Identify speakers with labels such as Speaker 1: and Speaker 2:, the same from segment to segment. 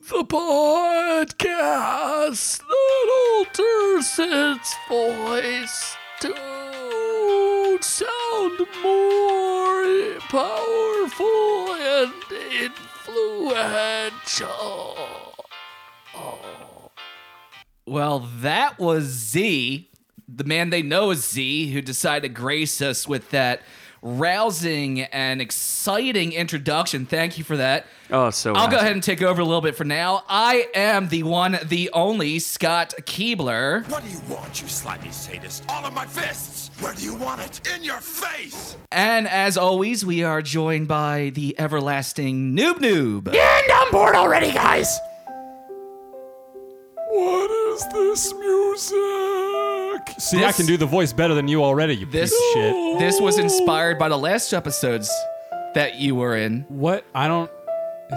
Speaker 1: the podcast that alters its voice to sound more powerful and influential.
Speaker 2: Well, that was Z, the man they know is Z, who decided to grace us with that rousing and exciting introduction. Thank you for that.
Speaker 3: Oh, so
Speaker 2: I'll go
Speaker 3: nice.
Speaker 2: ahead and take over a little bit for now. I am the one, the only Scott Keebler.
Speaker 4: What do you want, you slimy sadist? All of my fists! Where do you want it? In your face!
Speaker 2: And as always, we are joined by the everlasting Noob Noob.
Speaker 4: And I'm bored already, guys!
Speaker 1: What is this music?
Speaker 5: See, I can do the voice better than you already, you
Speaker 2: This-
Speaker 5: piece of shit.
Speaker 2: This was inspired by the last episodes that you were in.
Speaker 5: What? I don't.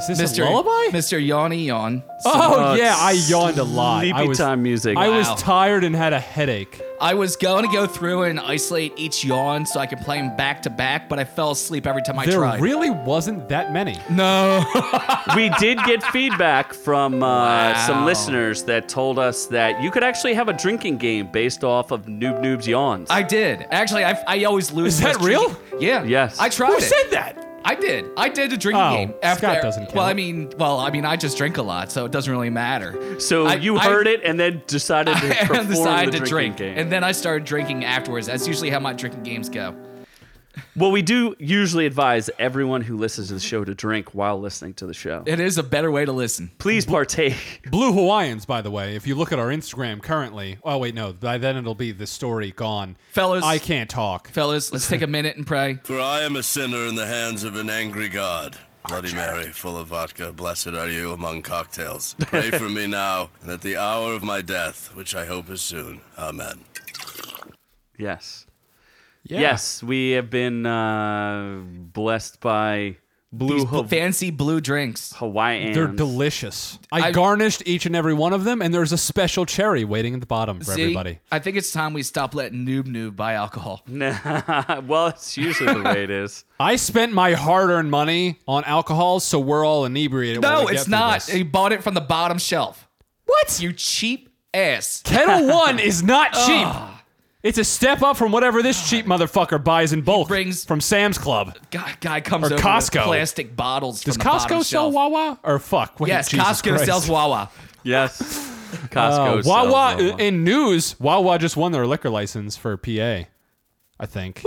Speaker 5: Is this
Speaker 2: Mr.
Speaker 5: a lullaby?
Speaker 2: Mr. Yawny Yawn.
Speaker 5: Oh,
Speaker 3: Uh,
Speaker 5: yeah, I yawned a lot. I
Speaker 3: Sleepy
Speaker 5: was,
Speaker 3: time music.
Speaker 5: I was
Speaker 2: Wow.
Speaker 5: tired and had a headache.
Speaker 2: I was going to go through and isolate each yawn so I could play them back to back, but I fell asleep every time I
Speaker 5: there
Speaker 2: tried.
Speaker 5: really wasn't that many.
Speaker 2: no.
Speaker 3: we did get feedback from uh, some
Speaker 2: Wow.
Speaker 3: listeners that told us that you could actually have a drinking game based off of Noob Noob's yawns.
Speaker 2: I did. Actually, I, I always lose.
Speaker 5: Is that
Speaker 2: those drinking- Yeah.
Speaker 3: Yes.
Speaker 2: I tried
Speaker 5: Who
Speaker 2: it.
Speaker 5: said that?
Speaker 2: I did. I did a drinking
Speaker 5: Oh,
Speaker 2: game.
Speaker 5: Scott doesn't
Speaker 2: Well,
Speaker 5: count.
Speaker 2: I mean, well, I mean, I just drink a lot, so it doesn't really matter.
Speaker 3: so
Speaker 2: I-
Speaker 3: you
Speaker 2: I-
Speaker 3: heard it and then decided to perform
Speaker 2: and decided
Speaker 3: the
Speaker 2: to drink,
Speaker 3: drinking game.
Speaker 2: and then I started drinking afterwards. That's usually how my drinking games go.
Speaker 3: well, we do usually advise everyone who listens to the show to drink while listening to the show.
Speaker 2: It is a better way to listen.
Speaker 3: Please partake.
Speaker 5: Blue Hawaiians, by the way. If you look at our Instagram currently, oh wait, no. By then it'll be the story gone.
Speaker 2: Fellas-
Speaker 5: I can't talk.
Speaker 2: Fellas, let's take a minute and pray.
Speaker 6: For I am a sinner in the hands of an angry God. Bloody Mary, full of vodka, blessed are you among cocktails. Pray for me now, and at the hour of my death, which I hope is soon. Amen.
Speaker 5: Ah.
Speaker 3: Yes.
Speaker 5: Yeah.
Speaker 3: Yes, we have been uh, blessed by Blue
Speaker 2: These
Speaker 3: Hawaii.
Speaker 2: fancy blue drinks.
Speaker 3: Hawaiians.
Speaker 5: They're delicious. I,
Speaker 2: I-
Speaker 5: garnished each and every one of them, and there's a special cherry waiting at the bottom for
Speaker 2: See,
Speaker 5: everybody.
Speaker 2: I think it's time we stop letting noob noob buy alcohol.
Speaker 3: well, it's usually the way it is.
Speaker 5: I spent my hard-earned money on alcohol, so we're all inebriated. when
Speaker 2: No,
Speaker 5: we get
Speaker 2: it's
Speaker 5: through
Speaker 2: not.
Speaker 5: this.
Speaker 2: He bought it from the bottom shelf.
Speaker 5: What?
Speaker 2: You cheap ass.
Speaker 5: Kettle oh One is not cheap.
Speaker 2: Ah.
Speaker 5: It's a step up from whatever this cheap motherfucker buys in bulk
Speaker 2: brings-
Speaker 5: from Sam's Club.
Speaker 2: Guy, guy comes
Speaker 5: Or
Speaker 2: over
Speaker 5: Costco.
Speaker 2: with plastic bottles
Speaker 5: Does
Speaker 2: from the bottom
Speaker 5: Costco sell
Speaker 2: shelf.
Speaker 5: Wawa? Or fuck, wait,
Speaker 2: Yes,
Speaker 5: Jesus
Speaker 2: Costco
Speaker 5: Christ.
Speaker 2: sells Wawa.
Speaker 3: Yes.
Speaker 5: Uh,
Speaker 3: Costco. sells
Speaker 5: Wawa uh,
Speaker 3: Wawa.
Speaker 5: in news, Wawa just won their liquor license for PA. I think.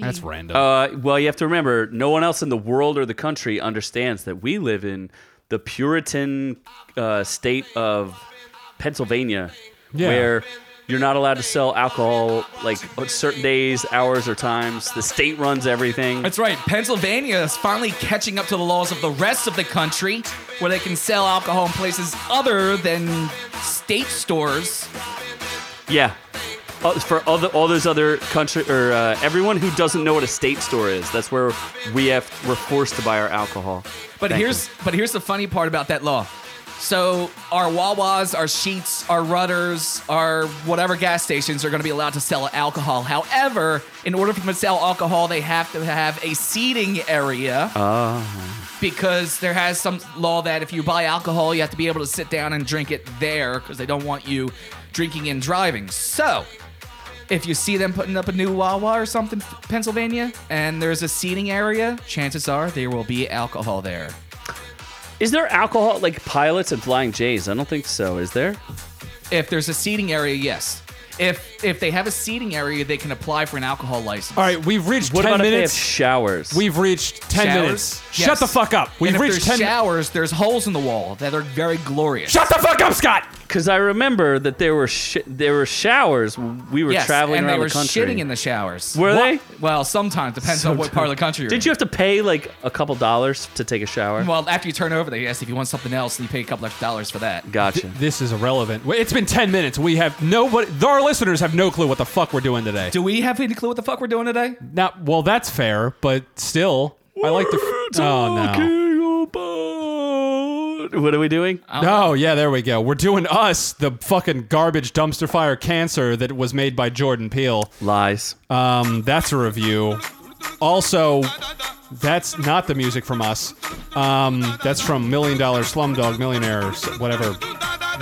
Speaker 5: That's random.
Speaker 3: Uh, well, you have to remember, no one else in the world or the country understands that we live in the Puritan uh, state of Pennsylvania,
Speaker 5: Yeah.
Speaker 3: where you're not allowed to sell alcohol like on certain days, hours, or times. The state runs everything.
Speaker 2: That's right. Pennsylvania is finally catching up to the laws of the rest of the country where they can sell alcohol in places other than state stores.
Speaker 3: Yeah. Uh, for all, the, all those other country or uh, everyone who doesn't know what a state store is, that's where we have we're forced to buy our alcohol.
Speaker 2: But
Speaker 3: Thank
Speaker 2: here's but here's the funny part about that law. So our Wawas, our Sheets, our Rudders, our whatever gas stations are going to be allowed to sell alcohol. However, in order for them to sell alcohol, they have to have a seating area. Because there has some law that if you buy alcohol, you have to be able to sit down and drink it there because they don't want you drinking and driving. So if you see them putting up a new Wawa or something, Pennsylvania, and there's a seating area, chances are there will be alcohol there.
Speaker 3: Is there alcohol like pilots and flying J's? I don't think so. Is there?
Speaker 2: If there's a seating area, yes. If if they have a seating area, they can apply for an alcohol license.
Speaker 5: All right, we've reached
Speaker 3: What
Speaker 5: 10
Speaker 3: about if they have
Speaker 5: minutes.
Speaker 3: showers?
Speaker 5: We've reached 10
Speaker 2: Showers?
Speaker 5: minutes.
Speaker 2: Yes.
Speaker 5: Shut the fuck up.
Speaker 2: And
Speaker 5: We've
Speaker 2: if
Speaker 5: reached
Speaker 2: there's
Speaker 5: 10 minutes.
Speaker 2: showers, there's holes in the wall that are very glorious.
Speaker 5: Shut the fuck up, Scott.
Speaker 3: because I remember that there were sh- there were showers. when We were
Speaker 2: yes,
Speaker 3: traveling
Speaker 2: and
Speaker 3: around
Speaker 2: they were
Speaker 3: the country.
Speaker 2: shitting in the showers.
Speaker 3: were
Speaker 5: What?
Speaker 3: they?
Speaker 2: well, sometimes depends on what part of the country. You're
Speaker 3: Did you have to pay like a couple dollars to take a shower?
Speaker 2: In. Well, after you turn over, they ask if you want something else, and you pay a couple extra dollars for that.
Speaker 3: Gotcha.
Speaker 5: This is irrelevant. Wait, It's been 10 minutes. We have no what our listeners have no clue what the fuck we're doing today.
Speaker 2: Do we have any clue what the fuck we're doing today?
Speaker 5: Now, well, that's fair, but still, I like the f- Oh no.
Speaker 3: Talking about- What are we doing?
Speaker 5: No, yeah, there we go. We're doing us, the fucking garbage dumpster fire cancer that was made by Jordan Peele.
Speaker 3: Lies.
Speaker 5: Uh, Um, that's a review. Also, that's not the music from us. Um, that's from Million Dollar Slumdog Millionaire or s- whatever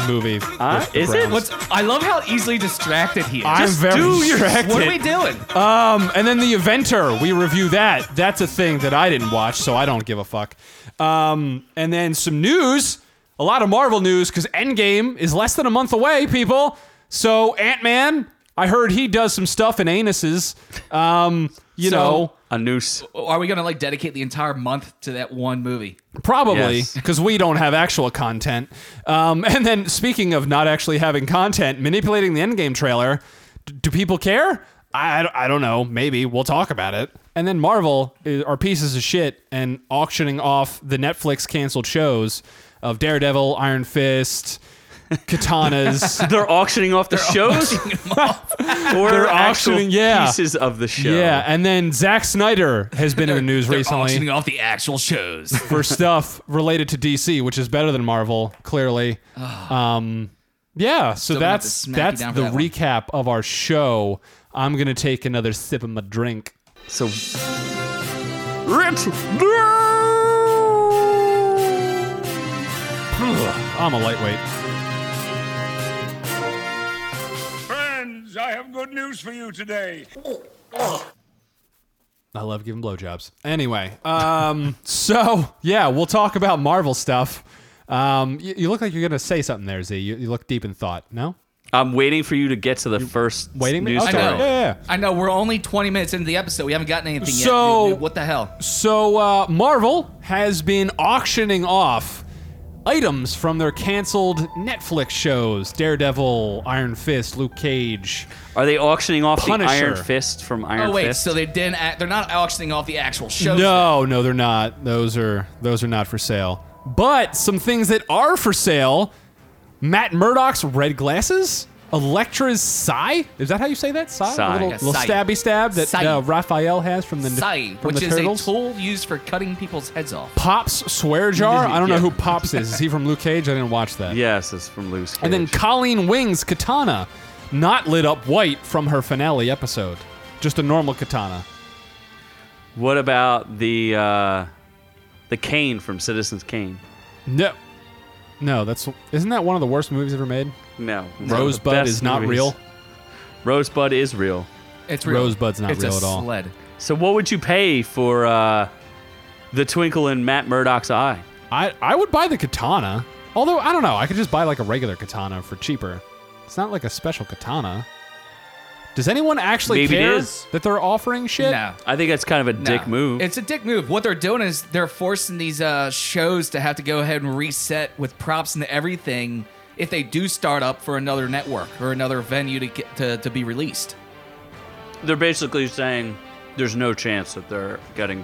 Speaker 5: movie.
Speaker 3: Uh,
Speaker 5: with the
Speaker 3: is it?
Speaker 5: Browns.
Speaker 2: What's, I love how easily distracted he is.
Speaker 5: I'm
Speaker 2: Just
Speaker 5: very
Speaker 2: do your-
Speaker 5: distracted.
Speaker 2: What are we doing?
Speaker 5: Um, and then the Eventer, we review that. That's a thing that I didn't watch, so I don't give a fuck. Um, and then some news, a lot of Marvel news, because Endgame is less than a month away, people. So Ant Man, I heard he does some stuff in anuses. Um, you
Speaker 2: So-
Speaker 5: know,
Speaker 3: A noose.
Speaker 2: are we gonna like dedicate the entire month to that one movie?
Speaker 5: probably
Speaker 3: Yes.
Speaker 5: because we don't have actual content. Um, and then speaking of not actually having content, manipulating the Endgame trailer, d- do people care? I, I don't- I don't know. Maybe we'll talk about it. And then Marvel i- are pieces of shit and auctioning off the Netflix canceled shows of Daredevil, Iron Fist, Katanas.
Speaker 3: They're auctioning off the shows? or
Speaker 5: They're
Speaker 3: actual
Speaker 5: auctioning- yeah.
Speaker 3: pieces of the show.
Speaker 5: yeah, and then Zack Snyder has been in the news
Speaker 2: They're
Speaker 5: recently.
Speaker 2: auctioning off the actual shows.
Speaker 5: for stuff related to DC, which is better than Marvel, clearly. Um, yeah, so
Speaker 2: Still gonna have to
Speaker 5: that's
Speaker 2: smack you
Speaker 5: that's
Speaker 2: down for
Speaker 5: the
Speaker 2: that one.
Speaker 5: recap of our show. I'm gonna take another sip of my drink.
Speaker 3: So
Speaker 5: I'm a lightweight.
Speaker 4: Friends, I have good news for you today.
Speaker 5: I love giving blowjobs. Anyway, um, so yeah, we'll talk about Marvel stuff. Um, you, you look like you're gonna say something there, Z. You, you look deep in thought. No,
Speaker 3: I'm waiting for you to get to the first
Speaker 5: waiting? Oh,
Speaker 3: news
Speaker 5: Okay.
Speaker 2: I
Speaker 3: story.
Speaker 2: know.
Speaker 5: Yeah, yeah, yeah.
Speaker 2: I know. We're only 20 minutes into the episode. We haven't gotten anything yet.
Speaker 5: So-
Speaker 2: Dude, what the hell?
Speaker 5: So uh, Marvel has been auctioning off items from their canceled Netflix shows: Daredevil, Iron Fist, Luke Cage.
Speaker 3: Are they auctioning off
Speaker 5: Punisher.
Speaker 3: the Iron Fist from Iron
Speaker 2: Oh wait,
Speaker 3: Fist?
Speaker 2: so they didn't. Act, they're not auctioning off the actual shows.
Speaker 5: No, no, they're not. Those are those are not for sale. But some things that are for sale: Matt Murdock's red glasses, Elektra's sigh. Is that how you say that? Sigh.
Speaker 3: Sigh.
Speaker 5: A little,
Speaker 3: Yeah,
Speaker 5: little
Speaker 2: sigh.
Speaker 5: stabby stab that
Speaker 2: Sigh.
Speaker 5: uh, Raphael has from the
Speaker 2: Sai,
Speaker 5: from
Speaker 2: which
Speaker 5: the
Speaker 2: is
Speaker 5: turtles.
Speaker 2: a tool used for cutting people's heads off.
Speaker 5: Pops swear jar. I don't
Speaker 3: Yeah.
Speaker 5: know who Pops is. Is he from Luke Cage? I didn't watch that.
Speaker 3: yes, it's from Luke's.
Speaker 5: And then
Speaker 3: Cage.
Speaker 5: Colleen Wing's katana, not lit up white from her finale episode. Just a normal katana.
Speaker 3: what about the uh, the Kane from Citizens Kane?
Speaker 5: No. No, that's isn't that one of the worst movies ever made?
Speaker 3: No, One of the
Speaker 5: Rosebud
Speaker 3: best
Speaker 5: is not
Speaker 3: movies.
Speaker 5: real.
Speaker 3: Rosebud is real.
Speaker 2: It's real.
Speaker 5: Rosebud's not
Speaker 2: it's
Speaker 5: real
Speaker 2: a
Speaker 5: at all.
Speaker 2: Sled.
Speaker 3: So what would you pay for uh, the twinkle in Matt Murdock's eye?
Speaker 5: I, I would buy the katana. Although I don't know, I could just buy like a regular katana for cheaper. It's not like a special katana. Does anyone actually
Speaker 3: Maybe it
Speaker 5: care
Speaker 3: is.
Speaker 5: that they're offering shit?
Speaker 2: No.
Speaker 3: I think that's kind of a
Speaker 2: No.
Speaker 3: dick move.
Speaker 2: It's a dick move. What they're doing is they're forcing these uh, shows to have to go ahead and reset with props and everything if they do start up for another network or another venue to get, to, to be released.
Speaker 3: they're basically saying there's no chance that they're getting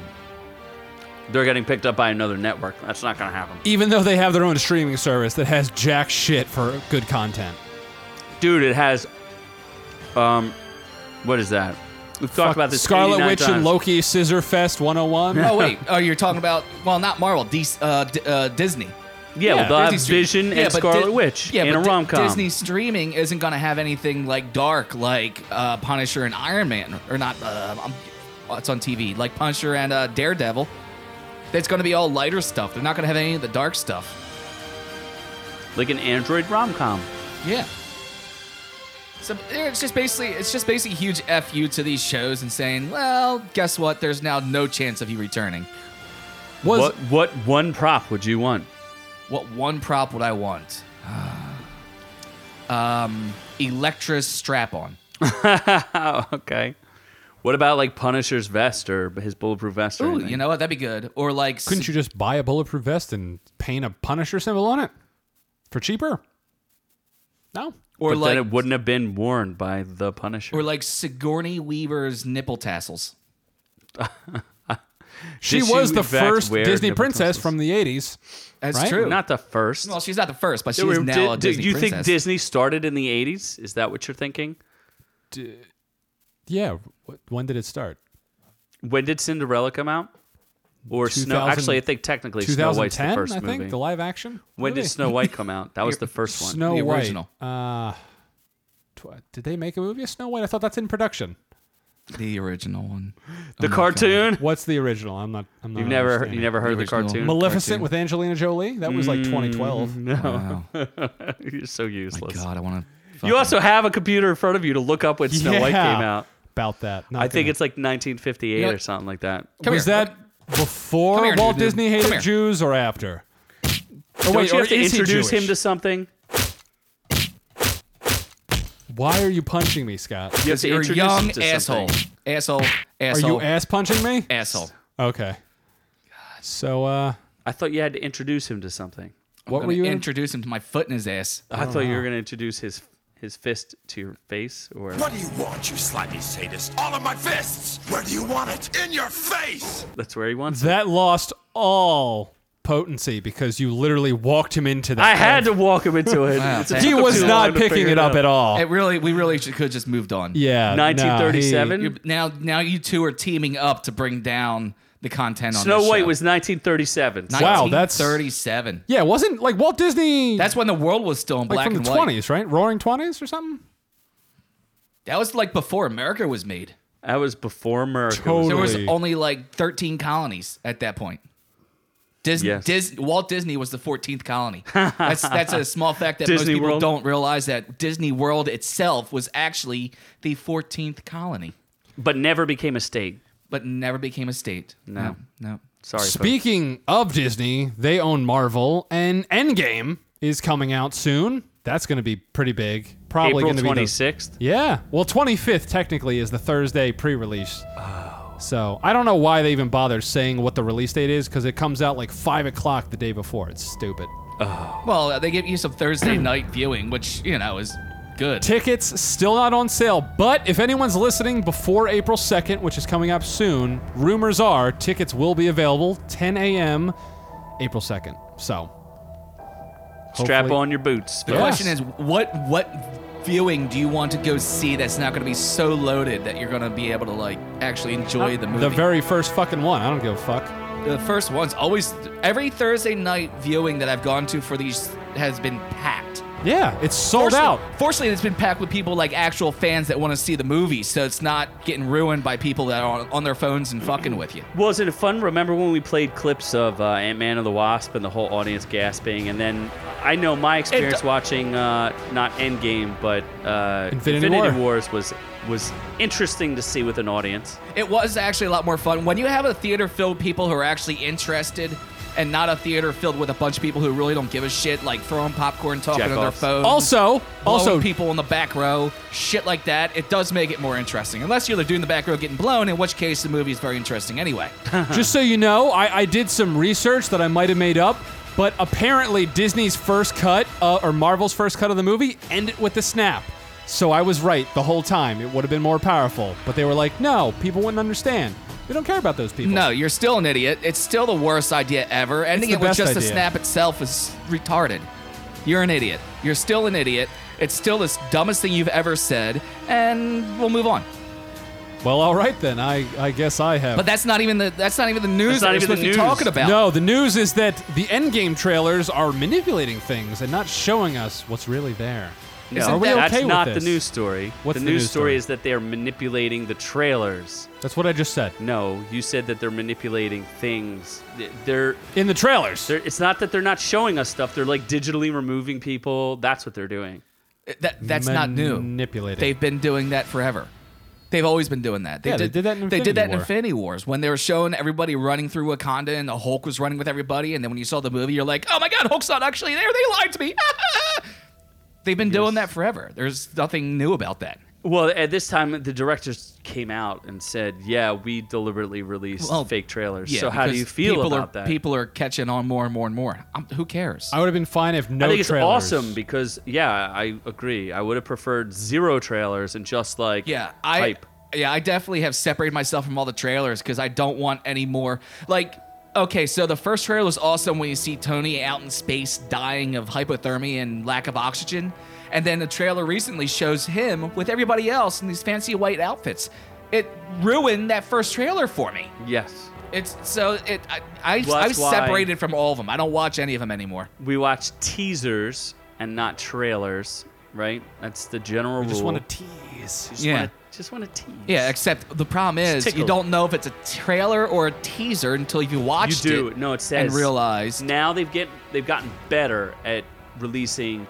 Speaker 3: they're getting picked up by another network. That's not going to happen.
Speaker 5: Even though they have their own streaming service that has jack shit for good content.
Speaker 3: Dude, it has um what is that? We've talked about this
Speaker 5: Scarlet
Speaker 3: 89
Speaker 5: Witch and
Speaker 3: times.
Speaker 5: Loki Scissor Fest 101.
Speaker 2: Oh wait, oh you're talking about well not Marvel, Dis uh, D- uh, Disney.
Speaker 3: Yeah,
Speaker 5: Yeah,
Speaker 3: well, they'll have
Speaker 2: Disney streaming.
Speaker 3: Vision
Speaker 2: Yeah, but
Speaker 3: and
Speaker 2: Di-
Speaker 3: Scarlet Witch
Speaker 2: Yeah,
Speaker 3: in
Speaker 2: but
Speaker 3: a
Speaker 2: Di-
Speaker 3: rom com.
Speaker 2: Disney streaming isn't going to have anything like dark, like uh, Punisher and Iron Man, or not. Uh, um, oh, it's on TV, like Punisher and uh, Daredevil. That's going to be all lighter stuff. They're not going to have any of the dark stuff.
Speaker 3: Like an Android rom com.
Speaker 2: Yeah. So it's just basically it's just basically huge fu to these shows and saying, well, guess what? There's now no chance of you returning.
Speaker 5: Was
Speaker 3: What what one prop would you want?
Speaker 2: What one prop would I want? um, Electra's strap on.
Speaker 3: Oh, okay. What about like Punisher's vest or his bulletproof vest? Or
Speaker 2: Ooh,
Speaker 3: anything?
Speaker 2: you know what? That'd be good. Or like
Speaker 5: couldn't you just buy a bulletproof vest and paint a Punisher symbol on it for cheaper? No.
Speaker 2: or
Speaker 3: but
Speaker 2: like
Speaker 3: then it wouldn't have been worn by the Punisher.
Speaker 2: Or like Sigourney Weaver's nipple tassels.
Speaker 5: She
Speaker 3: Did
Speaker 5: was
Speaker 3: you
Speaker 5: the
Speaker 3: in fact
Speaker 5: first
Speaker 3: wear
Speaker 5: Disney
Speaker 3: nipple
Speaker 5: princess
Speaker 3: tassels?
Speaker 5: from the 80s.
Speaker 2: That's
Speaker 5: Right?
Speaker 2: true.
Speaker 3: Not the first.
Speaker 2: well, she's not the first, but she's
Speaker 3: Wait,
Speaker 2: now a
Speaker 3: did- did
Speaker 2: Disney
Speaker 3: you
Speaker 2: princess.
Speaker 3: think Disney started in the 80s? Is that what you're thinking?
Speaker 5: Yeah. wh- When did it start?
Speaker 3: When did Cinderella come out? Or Snow?
Speaker 5: 2000
Speaker 3: Actually, I think technically Snow White's the
Speaker 5: 2010,
Speaker 3: first
Speaker 5: I
Speaker 3: movie.
Speaker 5: think, the live action.
Speaker 3: when did
Speaker 5: movie.
Speaker 3: Snow White come out? That was the first one.
Speaker 5: Snow
Speaker 2: The
Speaker 5: White.
Speaker 2: original.
Speaker 5: Uh, tw- did they make a movie of Snow White? I thought that's in production.
Speaker 2: The original one. Oh
Speaker 3: The cartoon.
Speaker 5: What's the original? I'm not. I'm not
Speaker 3: You've never you
Speaker 5: understanding.
Speaker 3: never heard of the
Speaker 2: The original.
Speaker 3: cartoon. Mm,
Speaker 2: Mal-
Speaker 5: Maleficent
Speaker 2: cartoon.
Speaker 5: with Angelina Jolie. That was like 2012.
Speaker 2: Wow.
Speaker 3: You're so useless.
Speaker 2: God, I want to.
Speaker 3: You also have a computer in front of you to look up when Snow White came
Speaker 5: Yeah.
Speaker 3: out.
Speaker 5: About that. Not
Speaker 3: I think
Speaker 5: gonna-
Speaker 3: it's like 1958
Speaker 2: Yeah.
Speaker 3: or something like that.
Speaker 2: Come
Speaker 5: was
Speaker 2: here.
Speaker 5: that before
Speaker 2: Come here,
Speaker 5: Walt
Speaker 2: dude.
Speaker 5: Disney
Speaker 2: Come
Speaker 5: hated
Speaker 2: here.
Speaker 5: Jews or after? Oh,
Speaker 3: Don't
Speaker 5: wait,
Speaker 3: you
Speaker 5: or
Speaker 3: have to
Speaker 5: is he
Speaker 3: introduce him
Speaker 5: Jewish?
Speaker 3: to something?
Speaker 5: Why are you punching me, Scott?
Speaker 3: You have to
Speaker 2: You're a
Speaker 3: introduce him
Speaker 2: young
Speaker 3: to
Speaker 2: asshole.
Speaker 3: something.
Speaker 2: Asshole.
Speaker 5: Are
Speaker 2: Asshole.
Speaker 5: you ass punching me?
Speaker 2: asshole.
Speaker 5: Okay. So, uh,
Speaker 3: I thought you had to introduce him to something.
Speaker 5: what
Speaker 2: I'm
Speaker 5: were
Speaker 2: gonna
Speaker 5: you?
Speaker 2: Introduce him to my foot in his ass.
Speaker 3: I thought
Speaker 5: Oh,
Speaker 3: you were going to introduce his his fist to your face or
Speaker 4: What do you want, you slimy sadist? All of my fists! Where do you want it? In your face!
Speaker 3: that's where he wants. it.
Speaker 5: that lost all potency because you literally walked him into that.
Speaker 3: I had to walk him into it.
Speaker 2: Wow,
Speaker 3: It took
Speaker 2: thanks.
Speaker 5: He
Speaker 3: him
Speaker 5: was
Speaker 3: too
Speaker 5: not
Speaker 3: long to
Speaker 5: picking
Speaker 3: figure
Speaker 5: it up at all.
Speaker 2: It really, we really should, could just moved on.
Speaker 5: yeah. nah, he-
Speaker 3: 1937?
Speaker 2: You're, now, now you two are teaming up to bring down the content on
Speaker 3: Snow
Speaker 2: this
Speaker 3: White
Speaker 2: show.
Speaker 3: was 1937. so-
Speaker 5: Wow, that's-
Speaker 2: 37.
Speaker 5: yeah, wasn't like Walt Disney
Speaker 2: That's when the world was still in
Speaker 5: like
Speaker 2: black
Speaker 5: from
Speaker 2: and
Speaker 5: the
Speaker 2: white.
Speaker 5: 20s, right? Roaring 20s or something?
Speaker 2: That was like before America was made.
Speaker 3: That was before America.
Speaker 5: Totally.
Speaker 2: There was
Speaker 5: Really?
Speaker 2: only like 13 colonies at that point. Dis-
Speaker 3: Yes.
Speaker 2: Dis- Walt Disney was the 14th colony. That's that's a small fact that most
Speaker 3: Disney
Speaker 2: people
Speaker 3: World?
Speaker 2: don't realize that Disney World itself was actually the 14th colony,
Speaker 3: but never became a state.
Speaker 2: but never became a state. No, no.
Speaker 3: Sorry. folks.
Speaker 5: Speaking of Disney, they own Marvel, and Endgame is coming out soon. That's going to be pretty big. Probably
Speaker 3: April
Speaker 5: going to be the-
Speaker 3: 26th.
Speaker 5: yeah. Well, 25th technically is the Thursday pre-release. Oh. So I don't know why they even bothered saying what the release date is because it comes out like five o'clock the day before. It's stupid.
Speaker 2: Well, they give you some Thursday night viewing, which you know is good.
Speaker 5: Tickets still not on sale, but if anyone's listening before April 2nd, which is coming up soon, rumors are tickets will be available 10 a.m. April 2nd. So
Speaker 3: Strap
Speaker 5: hopefully-
Speaker 3: on your boots.
Speaker 2: The
Speaker 5: Yeah.
Speaker 2: question is, what what viewing do you want to go see that's not going to be so loaded that you're going to be able to like actually enjoy the movie?
Speaker 5: Uh, The very first fucking one. I don't give a fuck.
Speaker 2: The first one's always every Thursday night viewing that I've gone to for these has been packed.
Speaker 5: Yeah, it's sold out.
Speaker 2: Fortunately- Fortunately, it's been packed with people like actual fans that want to see the movie, so it's not getting ruined by people that are on, on their phones and fucking with you.
Speaker 3: Wasn't it fun? Remember when we played clips of uh, Ant Man and the Wasp and the whole audience gasping? And then I know my experience watching uh, not Endgame, but uh,
Speaker 5: Infinity War.
Speaker 3: Wars was was interesting to see with an audience.
Speaker 2: It was actually a lot more fun when you have a theater filled with people who are actually interested. And not a theater filled with a bunch of people who really don't give a shit, like throwing popcorn, talking on their
Speaker 3: Jack-offs.
Speaker 2: phone.
Speaker 5: Also,
Speaker 2: blowing
Speaker 5: also
Speaker 2: people in the back row, shit like that. It does make it more interesting, unless you're the dude in the back row getting blown, in which case the movie is very interesting anyway.
Speaker 5: just so you know, I, I did some research that I might have made up, but apparently Disney's first cut uh, or Marvel's first cut of the movie ended with the snap. So I was right the whole time. It would have been more powerful, but they were like, "No, people wouldn't understand. We don't care about those people."
Speaker 2: no, you're still an idiot. It's still the worst idea ever. Ending
Speaker 5: the
Speaker 2: it with
Speaker 5: best
Speaker 2: just a
Speaker 5: idea.
Speaker 2: snap itself is retarded. You're an idiot. You're still an idiot. It's still the dumbest thing you've ever said, and we'll move on.
Speaker 5: Well, all right then. I I guess I have.
Speaker 2: But that's not even the that's not even the news
Speaker 3: That's not
Speaker 2: that we're
Speaker 3: even
Speaker 2: supposed
Speaker 3: the
Speaker 2: to be
Speaker 3: news.
Speaker 2: talking about.
Speaker 5: no, the news is that the Endgame trailers are manipulating things and not showing us what's really there.
Speaker 2: Isn't
Speaker 5: Are we
Speaker 2: that-
Speaker 5: okay
Speaker 3: That's
Speaker 5: with
Speaker 3: not
Speaker 5: this?
Speaker 3: the news story.
Speaker 5: What's
Speaker 3: the,
Speaker 5: the
Speaker 3: news
Speaker 5: news
Speaker 3: story
Speaker 5: story?
Speaker 3: is that they are manipulating the trailers.
Speaker 5: That's what I just said.
Speaker 3: No, you said that they're manipulating things. They're,
Speaker 5: In the trailers.
Speaker 3: they're it's not that they're not showing us stuff. They're like digitally removing people. That's what they're doing.
Speaker 2: That, that's not new.
Speaker 5: Manipulating.
Speaker 2: They've been doing that forever. They've always been doing that. They
Speaker 5: Yeah, they
Speaker 2: did,
Speaker 5: did that in
Speaker 2: they did
Speaker 5: Infinity
Speaker 2: that in
Speaker 5: War.
Speaker 2: Infinity Wars when they were showing everybody running through Wakanda and the Hulk was running with everybody, and then when you saw the movie, you're like, "Oh my God, Hulk's not actually there. They lied to me." They've been doing that forever. There's nothing new about that.
Speaker 3: Well, at this time, the directors came out and said, "Yeah, we deliberately released
Speaker 2: Well,
Speaker 3: fake trailers."
Speaker 2: Yeah,
Speaker 3: so how do
Speaker 2: because
Speaker 3: you feel
Speaker 2: people
Speaker 3: about
Speaker 2: are,
Speaker 3: that?
Speaker 2: People are catching on more and more and more. i who cares?
Speaker 5: I would have been fine if no
Speaker 3: I think it's
Speaker 5: trailers.
Speaker 3: awesome because, yeah, I agree. I would have preferred zero trailers and just like
Speaker 2: Yeah, I
Speaker 3: hype.
Speaker 2: yeah, I definitely have separated myself from all the trailers because I don't want any more. Like, okay, so the first trailer was awesome when you see Tony out in space dying of hypothermia and lack of oxygen, and then the trailer recently shows him with everybody else in these fancy white outfits. It ruined that first trailer for me.
Speaker 3: Yes,
Speaker 2: It's so it I I,
Speaker 3: Well,
Speaker 2: I was
Speaker 3: that's why-
Speaker 2: separated from all of them. I don't watch any of them anymore.
Speaker 3: we watch teasers and not trailers, right? That's the general
Speaker 5: I just
Speaker 3: rule.
Speaker 5: want to tease.
Speaker 3: tease. You just
Speaker 2: Yeah.
Speaker 3: want to just want to tease.
Speaker 2: Yeah, except the problem is you
Speaker 3: tickled.
Speaker 2: don't know if it's a trailer or a teaser until you
Speaker 3: you
Speaker 2: watched
Speaker 3: do.
Speaker 2: it
Speaker 3: No, it says
Speaker 2: and realized.
Speaker 3: now they've get they've gotten better at releasing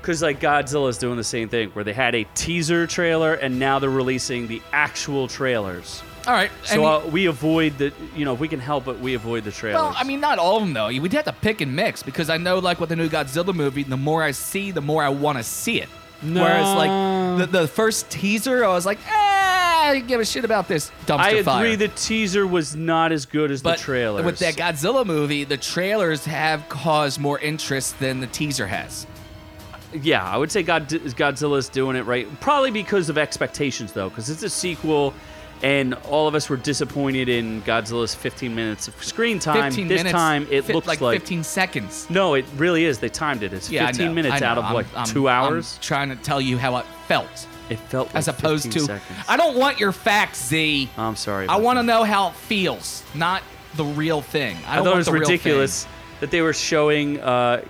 Speaker 3: because like Godzilla's doing the same thing where they had a teaser trailer and now they're releasing the actual trailers.
Speaker 2: All right.
Speaker 3: So
Speaker 2: and-
Speaker 3: uh, we avoid the you know if we can help it we avoid the trailers.
Speaker 2: well, I mean, not all of them though. We'd have to pick and mix because I know, like, with the new Godzilla movie, the more I see, the more I want to see it. Whereas,
Speaker 5: No.
Speaker 2: like, the, the first teaser, I was like, eh, I didn't give a shit about this dumpster
Speaker 3: I agree
Speaker 2: fire.
Speaker 3: the teaser was not as good as
Speaker 2: but
Speaker 3: the trailers.
Speaker 2: with that Godzilla movie, the trailers have caused more interest than the teaser has.
Speaker 3: Yeah, I would say God, Godzilla's doing it right. Probably because of expectations, though, because it's a sequel, and all of us were disappointed in Godzilla's 15 minutes of screen time.
Speaker 2: 15
Speaker 3: this
Speaker 2: minutes,
Speaker 3: time, it
Speaker 2: fi-
Speaker 3: looks like,
Speaker 2: like 15 seconds.
Speaker 3: No, it really is. They timed it. It's
Speaker 2: Yeah, I
Speaker 3: 15
Speaker 2: know, I
Speaker 3: minutes
Speaker 2: know.
Speaker 3: out of
Speaker 2: I'm-
Speaker 3: like
Speaker 2: I'm-
Speaker 3: two
Speaker 2: I'm
Speaker 3: hours.
Speaker 2: trying to tell you how it felt,
Speaker 3: it felt like
Speaker 2: as opposed
Speaker 3: 15
Speaker 2: to.
Speaker 3: seconds.
Speaker 2: I don't want your facts, Z.
Speaker 3: I'm sorry.
Speaker 2: I
Speaker 3: about
Speaker 2: want
Speaker 3: that.
Speaker 2: to know how it feels, not the real thing. I,
Speaker 3: I
Speaker 2: don't
Speaker 3: thought it
Speaker 2: want
Speaker 3: was
Speaker 2: the real
Speaker 3: ridiculous
Speaker 2: thing.
Speaker 3: that they were showing uh,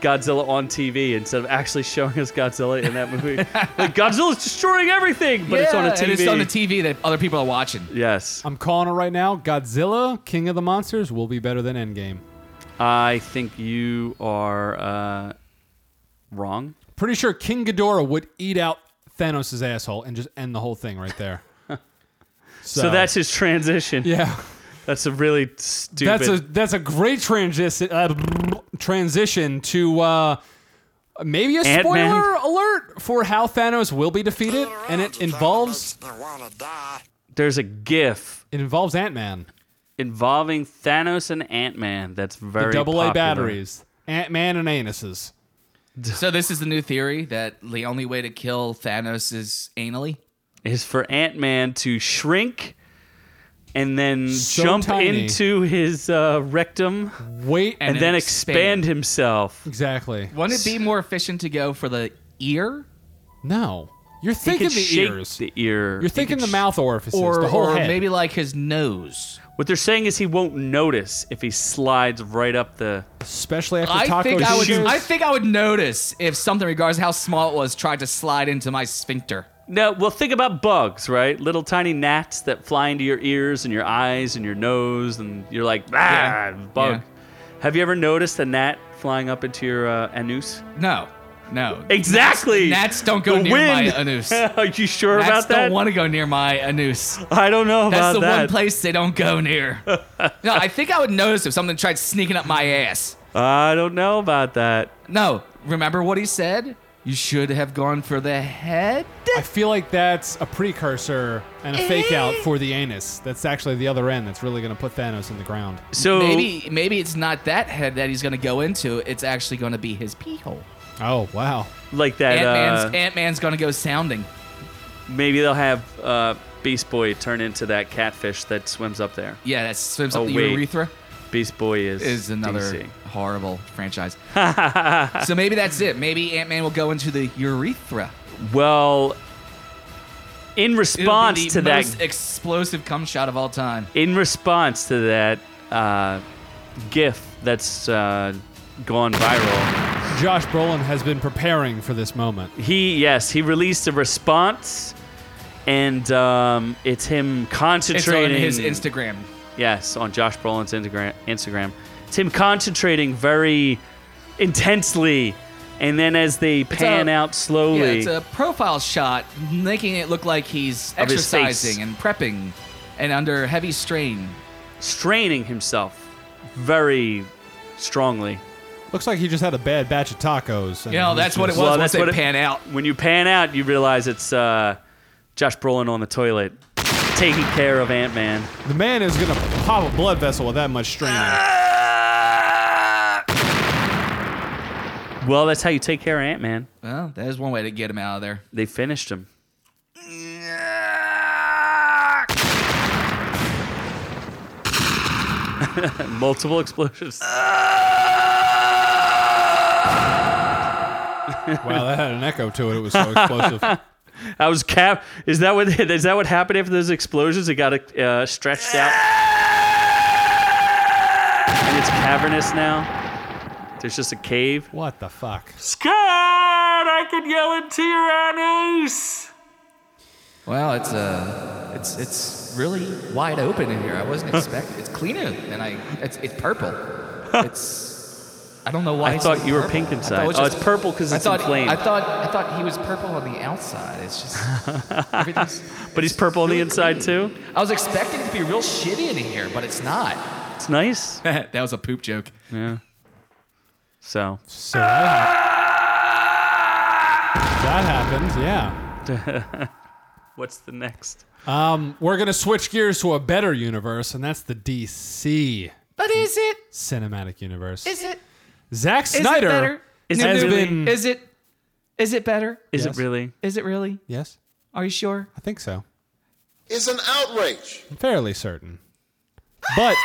Speaker 3: Godzilla on TV instead of actually showing us Godzilla in that movie. like Godzilla's destroying everything, but it's on a
Speaker 2: Yeah,
Speaker 3: TV.
Speaker 2: and it's on the TV that other people are watching.
Speaker 3: Yes,
Speaker 5: I'm calling it right now. Godzilla, King of the Monsters, will be better than Endgame.
Speaker 3: I think you are uh, wrong.
Speaker 5: Pretty sure King Ghidorah would eat out Thanos' asshole and just end the whole thing right there.
Speaker 3: So, that's his transition.
Speaker 5: yeah.
Speaker 3: That's a really stupid.
Speaker 5: That's a that's a great transition uh, transition to uh, maybe a
Speaker 3: Ant-Man.
Speaker 5: spoiler alert for how Thanos will be defeated, and it involves
Speaker 4: They wanna die.
Speaker 3: There's a GIF
Speaker 5: it involves Ant Man,
Speaker 3: involving Thanos and Ant Man. That's very
Speaker 5: the double A
Speaker 3: popular.
Speaker 5: batteries, Ant Man and anuses.
Speaker 2: So this is the new theory that the only way to kill Thanos is anally.
Speaker 3: is for Ant Man to shrink. And then
Speaker 5: So
Speaker 3: jump
Speaker 5: tiny.
Speaker 3: into his uh, rectum
Speaker 5: Wait,
Speaker 3: and,
Speaker 2: And
Speaker 3: then
Speaker 2: then
Speaker 3: expand
Speaker 2: expand.
Speaker 3: himself.
Speaker 5: exactly.
Speaker 2: Wouldn't it be more efficient to go for the ear
Speaker 5: No, you're
Speaker 3: He
Speaker 5: thinking
Speaker 3: could
Speaker 5: the
Speaker 3: shake
Speaker 5: ears.
Speaker 3: The ear.
Speaker 5: you're thinking the mouth orifices,
Speaker 2: or,
Speaker 5: the whole
Speaker 2: or
Speaker 5: head.
Speaker 2: maybe like his nose?
Speaker 3: What they're saying is he won't notice if he slides right up the.
Speaker 5: especially after
Speaker 2: I
Speaker 5: Taco
Speaker 2: think I would.
Speaker 5: Tuesday.
Speaker 2: I think I would notice if something, regardless of how small it was, tried to slide into my sphincter.
Speaker 3: No, well, think about bugs, right? Little tiny gnats that fly into your ears and your eyes and your nose, and you're like, ah,
Speaker 2: Yeah.
Speaker 3: bug. Have you ever noticed a gnat flying up into your uh, anus?
Speaker 2: No, no.
Speaker 3: Exactly.
Speaker 2: Gnats don't go
Speaker 3: The
Speaker 2: near
Speaker 3: wind.
Speaker 2: my anus.
Speaker 3: Are you sure
Speaker 2: Gnats
Speaker 3: about that?
Speaker 2: don't want to go near my anus.
Speaker 3: I don't know
Speaker 2: That's
Speaker 3: about
Speaker 2: the
Speaker 3: that.
Speaker 2: one place they don't go near. no, I think I would notice if something tried sneaking up my ass.
Speaker 3: I don't know about that.
Speaker 2: No, remember what he said? You should have gone for the head.
Speaker 5: I feel like that's a precursor and a fake out for the anus. That's actually the other end that's really going to put Thanos in the ground.
Speaker 3: So
Speaker 2: Maybe maybe it's not that head that he's gonna go into. It's actually gonna be his pee hole.
Speaker 5: Oh, wow.
Speaker 3: like that.
Speaker 2: Ant Man's
Speaker 3: uh,
Speaker 2: Ant Man's gonna go sounding.
Speaker 3: Maybe they'll have uh, Beast Boy turn into that catfish that swims up there.
Speaker 2: Yeah, that swims up
Speaker 3: Oh,
Speaker 2: the
Speaker 3: wait.
Speaker 2: urethra.
Speaker 3: Beast Boy is
Speaker 2: Is another
Speaker 3: DC.
Speaker 2: horrible franchise. so maybe that's it. Maybe Ant Man will go into the urethra.
Speaker 3: Well, in
Speaker 2: It'll
Speaker 3: response
Speaker 2: be the
Speaker 3: to that,
Speaker 2: most explosive cum shot of all time.
Speaker 3: in response to that uh, GIF that's uh, gone viral,
Speaker 5: Josh Brolin has been preparing for this moment.
Speaker 3: he yes he released a response, and um, it's him
Speaker 2: It's
Speaker 3: concentrating
Speaker 2: on his Instagram.
Speaker 3: Yes, on Josh Brolin's Instagram. Instagram. It's him concentrating very intensely, and then as they pan
Speaker 2: a-
Speaker 3: out
Speaker 2: Yeah,
Speaker 3: slowly,
Speaker 2: it's a profile shot, making it look like he's
Speaker 3: Of his face.
Speaker 2: exercising and prepping, and under heavy strain.
Speaker 3: straining himself very strongly.
Speaker 5: Looks like he just had a bad batch of tacos. and
Speaker 2: You know,
Speaker 5: he's
Speaker 2: that's what it
Speaker 5: just-
Speaker 2: was.
Speaker 3: Well,
Speaker 2: once
Speaker 3: that's
Speaker 2: they
Speaker 3: what it-
Speaker 2: pan out.
Speaker 3: When you pan out, you realize it's uh, Josh Brolin on the toilet taking care of Ant Man.
Speaker 5: The man is going to pop a blood vessel with that much strain. on it.
Speaker 3: Well, that's how you take care of Ant Man.
Speaker 2: Well, that is one way to get him out of there.
Speaker 3: They finished him. Multiple explosions.
Speaker 5: wow, that had an echo to it. It was so explosive.
Speaker 3: I was cap. Is that what is that what happened after those explosions? It got uh, stretched out, and it's cavernous now. There's just a cave.
Speaker 5: what the fuck?
Speaker 3: Scott, I could yell into your anus.
Speaker 2: Well, it's uh, it's it's really wide open in here. I wasn't expecting. It's cleaner than I. It's it's purple. It's. I don't know why.
Speaker 3: I
Speaker 2: it's
Speaker 3: thought you were
Speaker 2: purple.
Speaker 3: pink
Speaker 2: I thought
Speaker 3: inside.
Speaker 2: it was
Speaker 3: Oh,
Speaker 2: just-
Speaker 3: it's purple 'cause
Speaker 2: I
Speaker 3: it's
Speaker 2: thought-
Speaker 3: inflamed.
Speaker 2: I thought I thought he was purple on the outside. It's just everything's.
Speaker 3: But he's purple on the inside too.
Speaker 2: I was expecting it to be real shitty in here, but it's not.
Speaker 3: It's nice.
Speaker 2: that was a poop joke.
Speaker 3: Yeah. So
Speaker 5: So that, that happened, yeah.
Speaker 3: what's the next?
Speaker 5: We're going to switch gears to a better universe, and that's the DC
Speaker 2: But is it?
Speaker 5: cinematic universe.
Speaker 2: Is it?
Speaker 5: Zack
Speaker 2: Is
Speaker 5: Snyder
Speaker 2: it better?
Speaker 3: Is
Speaker 5: has
Speaker 3: it really?
Speaker 5: been.
Speaker 2: Is it? Is it better?
Speaker 3: Is
Speaker 5: Yes.
Speaker 3: it really?
Speaker 2: Is it really?
Speaker 5: yes,
Speaker 2: Are you sure?
Speaker 5: I think so.
Speaker 7: is an outrage.
Speaker 5: I'm fairly certain. But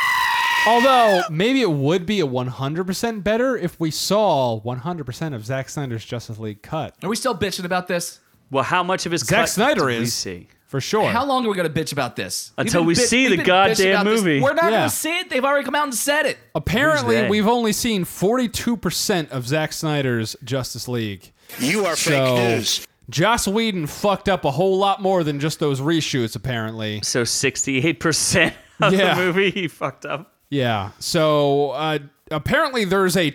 Speaker 5: although maybe it would be a 100% better if we saw 100% of Zack Snyder's Justice League cut.
Speaker 2: Are we still bitching about this?
Speaker 3: Well, how much of his
Speaker 5: Zack
Speaker 3: cut
Speaker 5: Snyder
Speaker 3: did we
Speaker 5: is.
Speaker 3: see?
Speaker 5: For sure.
Speaker 2: How long are we gonna bitch about this? We've
Speaker 3: Until
Speaker 2: been
Speaker 3: we
Speaker 2: bit-
Speaker 3: see
Speaker 2: we've
Speaker 3: the
Speaker 2: been bitching
Speaker 3: goddamn
Speaker 2: about this.
Speaker 3: movie.
Speaker 2: We're not
Speaker 5: Yeah.
Speaker 2: gonna see it. They've already come out and said it.
Speaker 5: Apparently,
Speaker 3: Who's they?
Speaker 5: we've only seen 42% of Zack Snyder's Justice League.
Speaker 4: You are
Speaker 5: so Joss Whedon fucked up a whole lot more than just those reshoots, apparently.
Speaker 3: So 68% of
Speaker 5: Yeah.
Speaker 3: the movie he fucked up.
Speaker 5: Yeah. So uh, apparently, there's a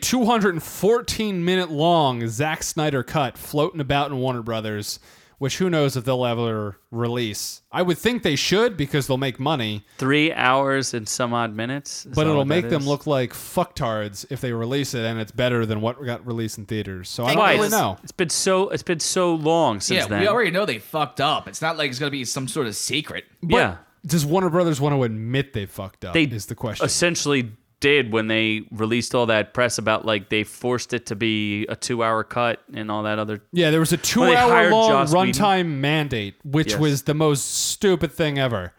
Speaker 5: 214 minute long Zack Snyder cut floating about in Warner Brothers, which who knows if they'll ever release. I would think they should because they'll make money,
Speaker 3: Three hours and some odd minutes. is
Speaker 5: but
Speaker 3: all
Speaker 5: it'll
Speaker 3: that
Speaker 5: make them
Speaker 3: is.
Speaker 5: look like fucktards if they release it, and it's better than what got released in theaters. So I
Speaker 3: Why?
Speaker 5: don't really
Speaker 3: It's,
Speaker 5: know.
Speaker 3: it's been so it's been so long since
Speaker 2: Yeah,
Speaker 3: then.
Speaker 2: we already know they fucked up. It's not like it's gonna be some sort of secret.
Speaker 3: yeah.
Speaker 5: Does Warner Brothers want to admit they fucked up?
Speaker 3: They
Speaker 5: is the question.
Speaker 3: Essentially did when they released all that press about like they forced it to be a 2-hour cut and all that other
Speaker 5: Yeah, there was a
Speaker 3: they
Speaker 5: two-hour
Speaker 3: hired
Speaker 5: long
Speaker 3: Joss Whedon.
Speaker 5: runtime mandate, which
Speaker 3: Yes.
Speaker 5: was the most stupid thing ever.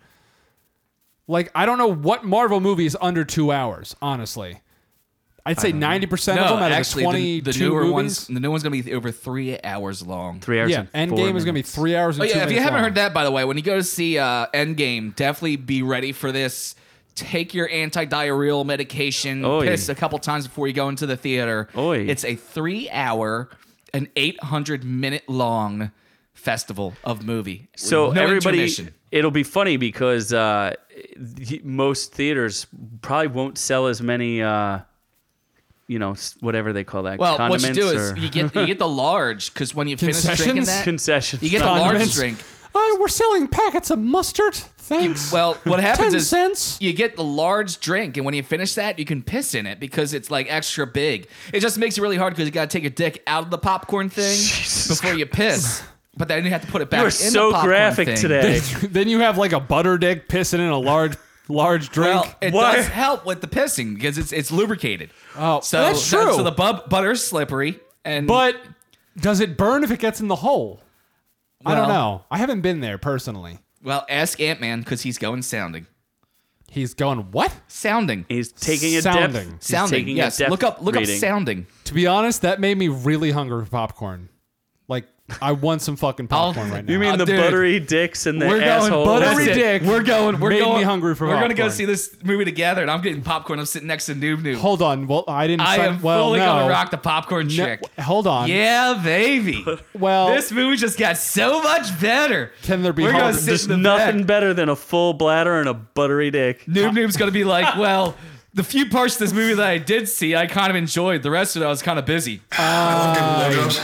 Speaker 5: Like, I don't know what Marvel movie is under two hours. Honestly, I'd say ninety percent of
Speaker 2: No,
Speaker 5: them out
Speaker 2: actually,
Speaker 5: of the
Speaker 2: the, the
Speaker 5: twenty-two
Speaker 2: newer
Speaker 5: movies.
Speaker 2: ones, the new one's gonna be over three hours long.
Speaker 3: 3 hours
Speaker 5: yeah,
Speaker 3: and
Speaker 5: Endgame
Speaker 3: four
Speaker 5: is going to be
Speaker 3: minutes.
Speaker 5: three hours. And
Speaker 2: Oh
Speaker 5: two
Speaker 2: yeah, if you
Speaker 5: minutes
Speaker 2: haven't
Speaker 5: long.
Speaker 2: heard that, by the way, when you go to see uh, Endgame, definitely be ready for this. Take your anti-diarrheal medication.
Speaker 3: Oy.
Speaker 2: Piss a couple times before you go into the theater.
Speaker 3: Oy.
Speaker 2: It's a three-hour and 800-minute-long festival of movie.
Speaker 3: So
Speaker 2: With no
Speaker 3: everybody,
Speaker 2: intermission.
Speaker 3: it'll be funny because uh, th- most theaters probably won't sell as many, uh, you know, s- whatever they call that.
Speaker 2: Well, what
Speaker 3: condiments
Speaker 2: you do is
Speaker 3: or
Speaker 2: you get you get the large because when you finish drinking
Speaker 5: Concessions?
Speaker 2: that,
Speaker 3: concessions.
Speaker 2: you get the large
Speaker 5: Condiments.
Speaker 2: drink.
Speaker 5: Oh, we're selling packets of mustard. Thanks.
Speaker 2: Well, what happens
Speaker 5: ten
Speaker 2: is
Speaker 5: cents.
Speaker 2: you get the large drink, and when you finish that, you can piss in it because it's like extra big. It just makes it really hard because you got to take your dick out of the popcorn thing before you piss, but then you have to put it back.
Speaker 3: You are
Speaker 2: in
Speaker 3: so
Speaker 2: the popcorn
Speaker 3: graphic
Speaker 2: thing.
Speaker 3: today.
Speaker 5: then you have like a butter dick pissing in a large, large drink.
Speaker 2: Well, it
Speaker 3: Why-
Speaker 2: does help with the pissing because it's it's lubricated.
Speaker 5: Oh,
Speaker 2: so
Speaker 5: that's
Speaker 2: so-
Speaker 5: true.
Speaker 2: So the bub- butter's slippery, and
Speaker 5: But does it burn if it gets in the hole? I don't
Speaker 2: Well-
Speaker 5: know. I haven't been there personally.
Speaker 2: well, ask Ant Man because he's going sounding,
Speaker 5: He's going, what?
Speaker 2: sounding,
Speaker 3: He's taking a
Speaker 5: Sounding.
Speaker 3: depth. he's
Speaker 2: sounding.
Speaker 3: taking a
Speaker 2: Yes,
Speaker 3: depth
Speaker 2: look up look
Speaker 3: reading.
Speaker 2: up sounding.
Speaker 5: To be honest, that made me really hungry for popcorn. Like, I want some fucking popcorn right now.
Speaker 3: You mean
Speaker 2: Oh,
Speaker 3: the
Speaker 2: dude.
Speaker 3: buttery dicks and the
Speaker 5: We're going
Speaker 3: asshole?
Speaker 5: buttery
Speaker 2: That's it.
Speaker 5: dick
Speaker 2: We're going. We're
Speaker 5: made
Speaker 2: going.
Speaker 5: me hungry for
Speaker 2: We're gonna go
Speaker 5: popcorn.
Speaker 2: see this movie together, and I'm getting popcorn. I'm sitting next to Noob Noob.
Speaker 5: hold on. Well, I didn't
Speaker 2: I
Speaker 5: sign-
Speaker 2: am
Speaker 5: well,
Speaker 2: fully
Speaker 5: no.
Speaker 2: gonna rock the popcorn
Speaker 5: No,
Speaker 2: trick.
Speaker 5: Hold on.
Speaker 2: Yeah, baby.
Speaker 5: Well,
Speaker 2: this movie just got so much better.
Speaker 5: Can there be
Speaker 2: We're
Speaker 5: hope?
Speaker 2: gonna sit
Speaker 3: There's
Speaker 2: in the
Speaker 3: nothing
Speaker 2: back.
Speaker 3: better than a full bladder and a buttery dick.
Speaker 2: Noob Noob's gonna be like, well, the few parts of this movie that I did see, I kind of enjoyed. The rest of it, I was kind of busy.
Speaker 5: I need an adult.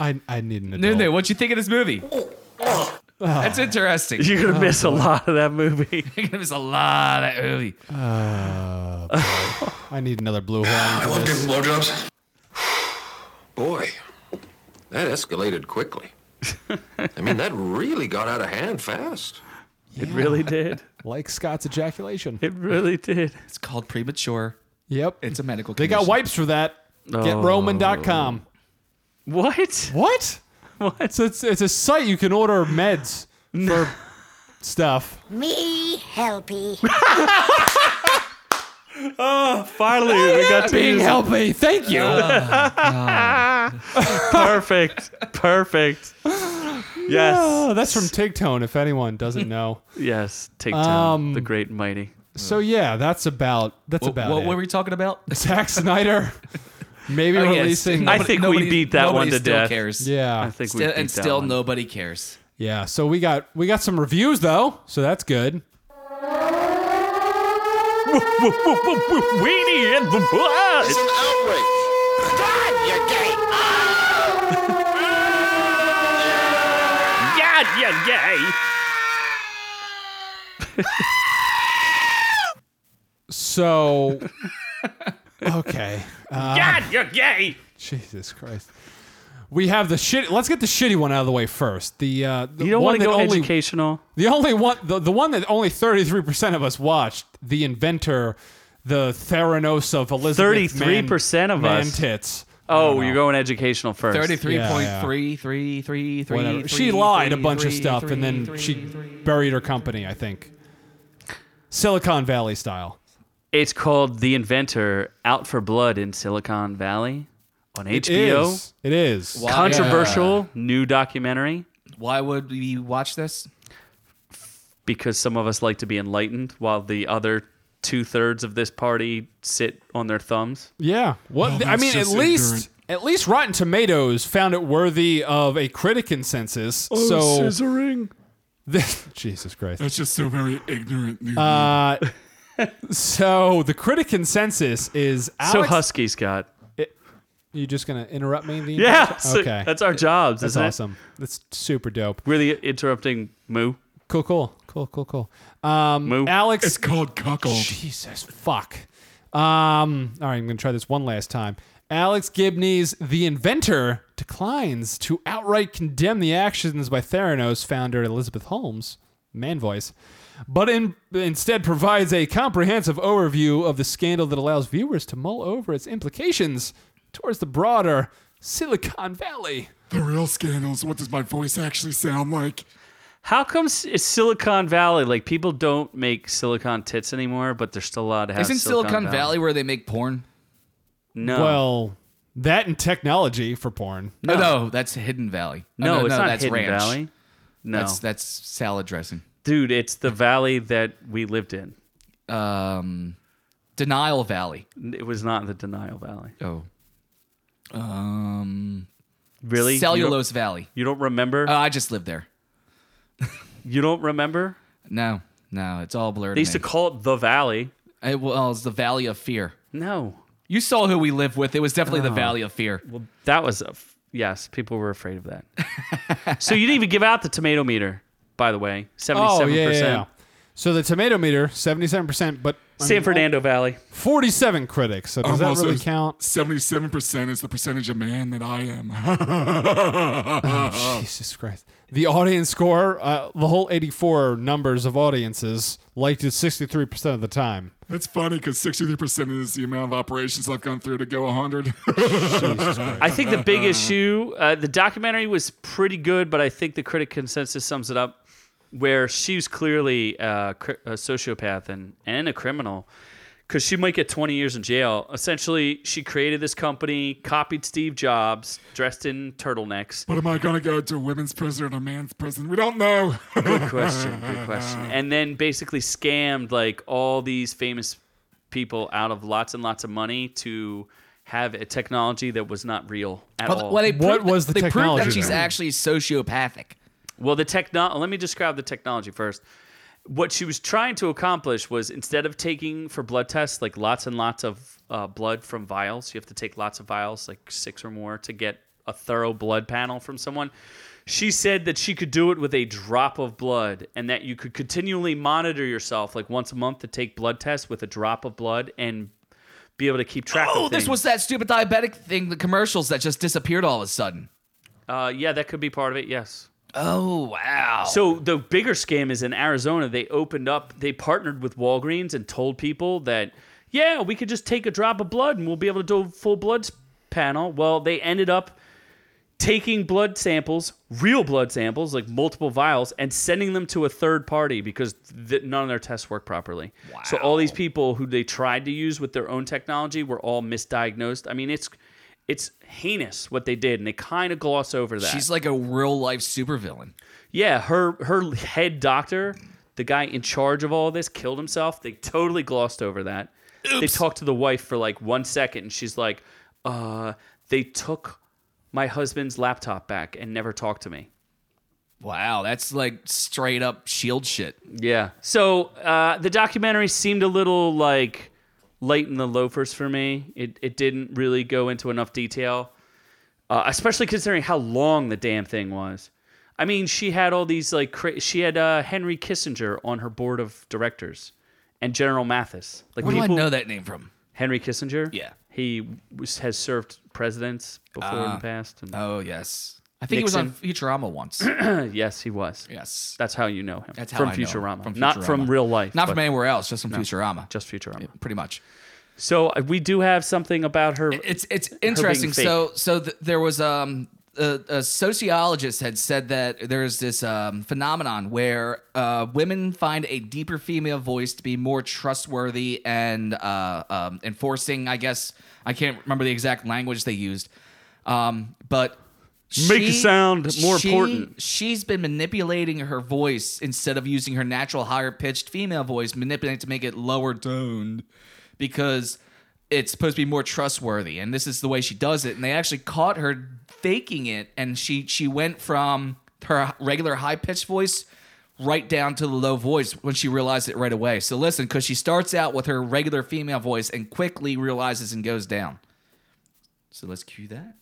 Speaker 5: I, I need an
Speaker 2: Noob
Speaker 5: adult.
Speaker 2: Noob, what you think of this movie? That's interesting.
Speaker 3: You're gonna miss a lot of that movie.
Speaker 2: There's a lot of movie.
Speaker 5: I need another blue horn. for this.
Speaker 4: blowjobs. Boy, that escalated quickly. I mean, that really got out of hand fast.
Speaker 3: It really did.
Speaker 5: Like Scott's ejaculation.
Speaker 3: It really did.
Speaker 2: It's called premature.
Speaker 5: Yep.
Speaker 2: It's a medical.
Speaker 5: they got wipes for that. GetRoman.com.
Speaker 3: Oh.
Speaker 2: Oh.
Speaker 3: What?
Speaker 5: What?
Speaker 3: What?
Speaker 5: So it's it's a site you can order meds for stuff.
Speaker 8: Me helpy.
Speaker 3: Finally, we got to use
Speaker 5: healthy, thank you.
Speaker 3: Perfect. Perfect. Yes.
Speaker 5: oh, that's from Tigtone. If anyone doesn't know,
Speaker 3: Yes. Take down
Speaker 5: Um,
Speaker 3: the great mighty.
Speaker 5: so yeah, that's about that's
Speaker 2: What,
Speaker 5: about
Speaker 2: what
Speaker 5: it.
Speaker 2: were we talking about?
Speaker 5: Zack Snyder Maybe
Speaker 2: Oh, yeah,
Speaker 5: releasing.
Speaker 2: nobody-
Speaker 3: I think we
Speaker 2: nobody-
Speaker 3: beat that
Speaker 2: nobody
Speaker 3: one to
Speaker 2: still
Speaker 3: death.
Speaker 2: Cares.
Speaker 5: yeah.
Speaker 3: I think
Speaker 2: Still-
Speaker 3: we beat
Speaker 2: and
Speaker 3: that
Speaker 2: still
Speaker 3: one.
Speaker 2: nobody cares.
Speaker 5: Yeah, so we got we got some reviews though, so that's good.
Speaker 3: Weenie and the blood.
Speaker 7: It's an outrage.
Speaker 3: Ah! Yeah, yeah, yeah.
Speaker 5: So okay,
Speaker 3: God, you're gay.
Speaker 5: Jesus Christ, we have the shit. Let's get the shitty one out of the way first. The uh, the
Speaker 3: You don't
Speaker 5: one
Speaker 3: want to
Speaker 5: that
Speaker 3: go
Speaker 5: only
Speaker 3: educational.
Speaker 5: the only one the, the one that only thirty three percent of us watched. The inventor, the Theranos of Elizabeth.
Speaker 3: 33% of
Speaker 5: man
Speaker 3: us.
Speaker 5: tits.
Speaker 3: Oh, you're going educational first.
Speaker 2: Thirty-three point three three three E three.
Speaker 5: Whatever.
Speaker 2: three,
Speaker 5: she lied
Speaker 2: three,
Speaker 5: a bunch of
Speaker 2: three,
Speaker 5: stuff,
Speaker 2: three,
Speaker 5: and then
Speaker 2: three, E
Speaker 5: she
Speaker 2: three.
Speaker 5: buried her company. I think Silicon Valley style.
Speaker 3: It's called The Inventor Out for Blood in Silicon Valley on
Speaker 5: It
Speaker 3: HBO.
Speaker 5: is. It is.
Speaker 3: Controversial new documentary
Speaker 2: Why would we watch this?
Speaker 3: because some of us like to be enlightened while the other two thirds of this party sit on their thumbs.
Speaker 5: Yeah. What I mean, at
Speaker 1: just
Speaker 5: least
Speaker 1: ignorant.
Speaker 5: at least Rotten Tomatoes found it worthy of a critic consensus. so
Speaker 1: scissoring.
Speaker 5: Jesus Christ.
Speaker 1: That's just so very ignorant. Newton.
Speaker 5: Uh, so the critic consensus is
Speaker 3: So
Speaker 5: Alex.
Speaker 3: husky, Scott.
Speaker 5: you just gonna interrupt me? The
Speaker 3: Yeah, so
Speaker 5: Okay.
Speaker 3: that's our jobs.
Speaker 5: That's
Speaker 3: isn't it?
Speaker 5: awesome. That's super dope.
Speaker 3: We're the interrupting moo.
Speaker 5: Cool. Cool. Cool. Cool. Cool. Um,
Speaker 3: Moo.
Speaker 5: Alex.
Speaker 1: it's called cuckold.
Speaker 5: Jesus fuck. Um, all right, I'm gonna try this one last time. Alex Gibney's The Inventor declines to outright condemn the actions by Theranos founder Elizabeth Holmes, man voice, but in, instead provides a comprehensive overview of the scandal that allows viewers to mull over its implications towards the broader Silicon Valley.
Speaker 1: The real scandals. What does my voice actually sound like?
Speaker 3: How come S- it's Silicon Valley? Like people don't make silicon tits anymore, but they're still allowed to have.
Speaker 2: Isn't Silicon, Valley. where they make porn?
Speaker 5: Uh.
Speaker 3: No.
Speaker 5: Well, that and technology for porn.
Speaker 2: No, no, that's Hidden Valley. Oh,
Speaker 3: no, it's not
Speaker 2: that's
Speaker 3: Hidden
Speaker 2: ranch.
Speaker 3: Valley. No,
Speaker 2: That's that's salad dressing.
Speaker 3: dude, it's the valley that we lived in.
Speaker 2: Um, Denial Valley.
Speaker 3: It was not the Denial Valley.
Speaker 2: Oh, um,
Speaker 3: Really? You don't-
Speaker 2: Cellulose Valley.
Speaker 3: You don't remember?
Speaker 2: Oh, I just lived there.
Speaker 3: you don't remember?
Speaker 2: No, no, it's all blurred.
Speaker 3: They used to call it the Valley.
Speaker 2: it was the Valley of Fear.
Speaker 3: No,
Speaker 2: You saw who we live with. It was definitely
Speaker 5: Oh.
Speaker 2: the Valley of Fear.
Speaker 3: well, that was a f- yes. People were afraid of that. so you didn't even give out the tomato meter, by the way.
Speaker 5: Oh
Speaker 3: Seventy-seven
Speaker 5: yeah, yeah, yeah.
Speaker 3: percent.
Speaker 5: So the tomato meter, seventy-seven percent, but I mean,
Speaker 3: San Fernando Valley.
Speaker 5: 47 critics. So does that really count?
Speaker 1: Seventy-seven percent is the percentage of man that I am.
Speaker 5: Oh, Jesus Christ. The audience score, uh, the whole 84 numbers of audiences liked it 63% of the time.
Speaker 1: That's funny because sixty-three percent is the amount of operations I've gone through to go hundred.
Speaker 3: I think the big issue, uh, the documentary was pretty good, but I think the critic consensus sums it up where she's clearly uh, cr- a sociopath and, and a criminal because she might get 20 years in jail. Essentially, she created this company, copied Steve Jobs, dressed in turtlenecks.
Speaker 1: but am I gonna go to a women's prison or a man's prison? We don't know.
Speaker 3: Good question. Good question. And then basically scammed like all these famous people out of lots and lots of money to have a technology that was not real at all.
Speaker 2: they
Speaker 5: What
Speaker 2: proved-
Speaker 5: was the
Speaker 2: they proved
Speaker 5: technology
Speaker 2: that she's
Speaker 5: there?
Speaker 2: actually sociopathic.
Speaker 3: Well, the techno. Let me describe the technology first. What she was trying to accomplish was instead of taking for blood tests like lots and lots of uh, blood from vials, you have to take lots of vials, like six or more, to get a thorough blood panel from someone. She said that she could do it with a drop of blood and that you could continually monitor yourself, like once a month, to take blood tests with a drop of blood and be able to keep track
Speaker 2: Oh,
Speaker 3: of things.
Speaker 2: this was that stupid diabetic thing, the commercials that just disappeared all of a sudden.
Speaker 3: uh, yeah, that could be part of it, yes.
Speaker 2: Oh, wow.
Speaker 3: So the bigger scam is in Arizona. They opened up, they partnered with Walgreens and told people that, yeah, we could just take a drop of blood and we'll be able to do a full blood s- panel. Well, they ended up taking blood samples, real blood samples, like multiple vials, and sending them to a third party because th- none of their tests work properly. So all these people who they tried to use with their own technology were all misdiagnosed. I mean, it's it's heinous what they did, and they kind of gloss over that.
Speaker 2: she's like a real life supervillain.
Speaker 3: Yeah, her her head doctor, the guy in charge of all this, killed himself. They totally glossed over that. They talked to the wife for like one second, and she's like, uh, they took my husband's laptop back and never talked to me.
Speaker 2: Wow, that's like straight up shield shit.
Speaker 3: Yeah. So uh, the documentary seemed a little like light in the loafers for me. It it didn't really go into enough detail, uh, especially considering how long the damn thing was. I mean, she had all these like cra- she had uh, Henry Kissinger on her board of directors, and General Mathis. Like
Speaker 2: Where do I
Speaker 3: people-
Speaker 2: know that name from?
Speaker 3: Henry Kissinger.
Speaker 2: Yeah.
Speaker 3: He was, has served presidents before in the past. And,
Speaker 2: Oh yes, I think he was on Futurama once.
Speaker 3: yes, he was.
Speaker 2: yes,
Speaker 3: That's how you know him.
Speaker 2: that's how
Speaker 3: from
Speaker 2: I know him,
Speaker 3: Futurama. Not from
Speaker 2: Futurama.
Speaker 3: real life.
Speaker 2: Not
Speaker 3: but
Speaker 2: from anywhere else. Just from Futurama.
Speaker 3: just Futurama.
Speaker 2: pretty much.
Speaker 3: So uh, we do have something about her.
Speaker 2: It's it's interesting.
Speaker 3: fake.
Speaker 2: So so th- there was um a, a sociologist had said that there's this um, phenomenon where uh, women find a deeper female voice to be more trustworthy and uh, um, enforcing. I guess I can't remember the exact language they used, um, but.
Speaker 3: Make it sound more
Speaker 2: she-
Speaker 3: important.
Speaker 2: She's been manipulating her voice instead of using her natural higher pitched female voice, manipulating to make it lower toned because it's supposed to be more trustworthy and this is the way she does it and they actually caught her faking it and she she went from her regular high pitched voice right down to the low voice when she realized it right away so listen cuz she starts out with her regular female voice and quickly realizes and goes down so let's cue that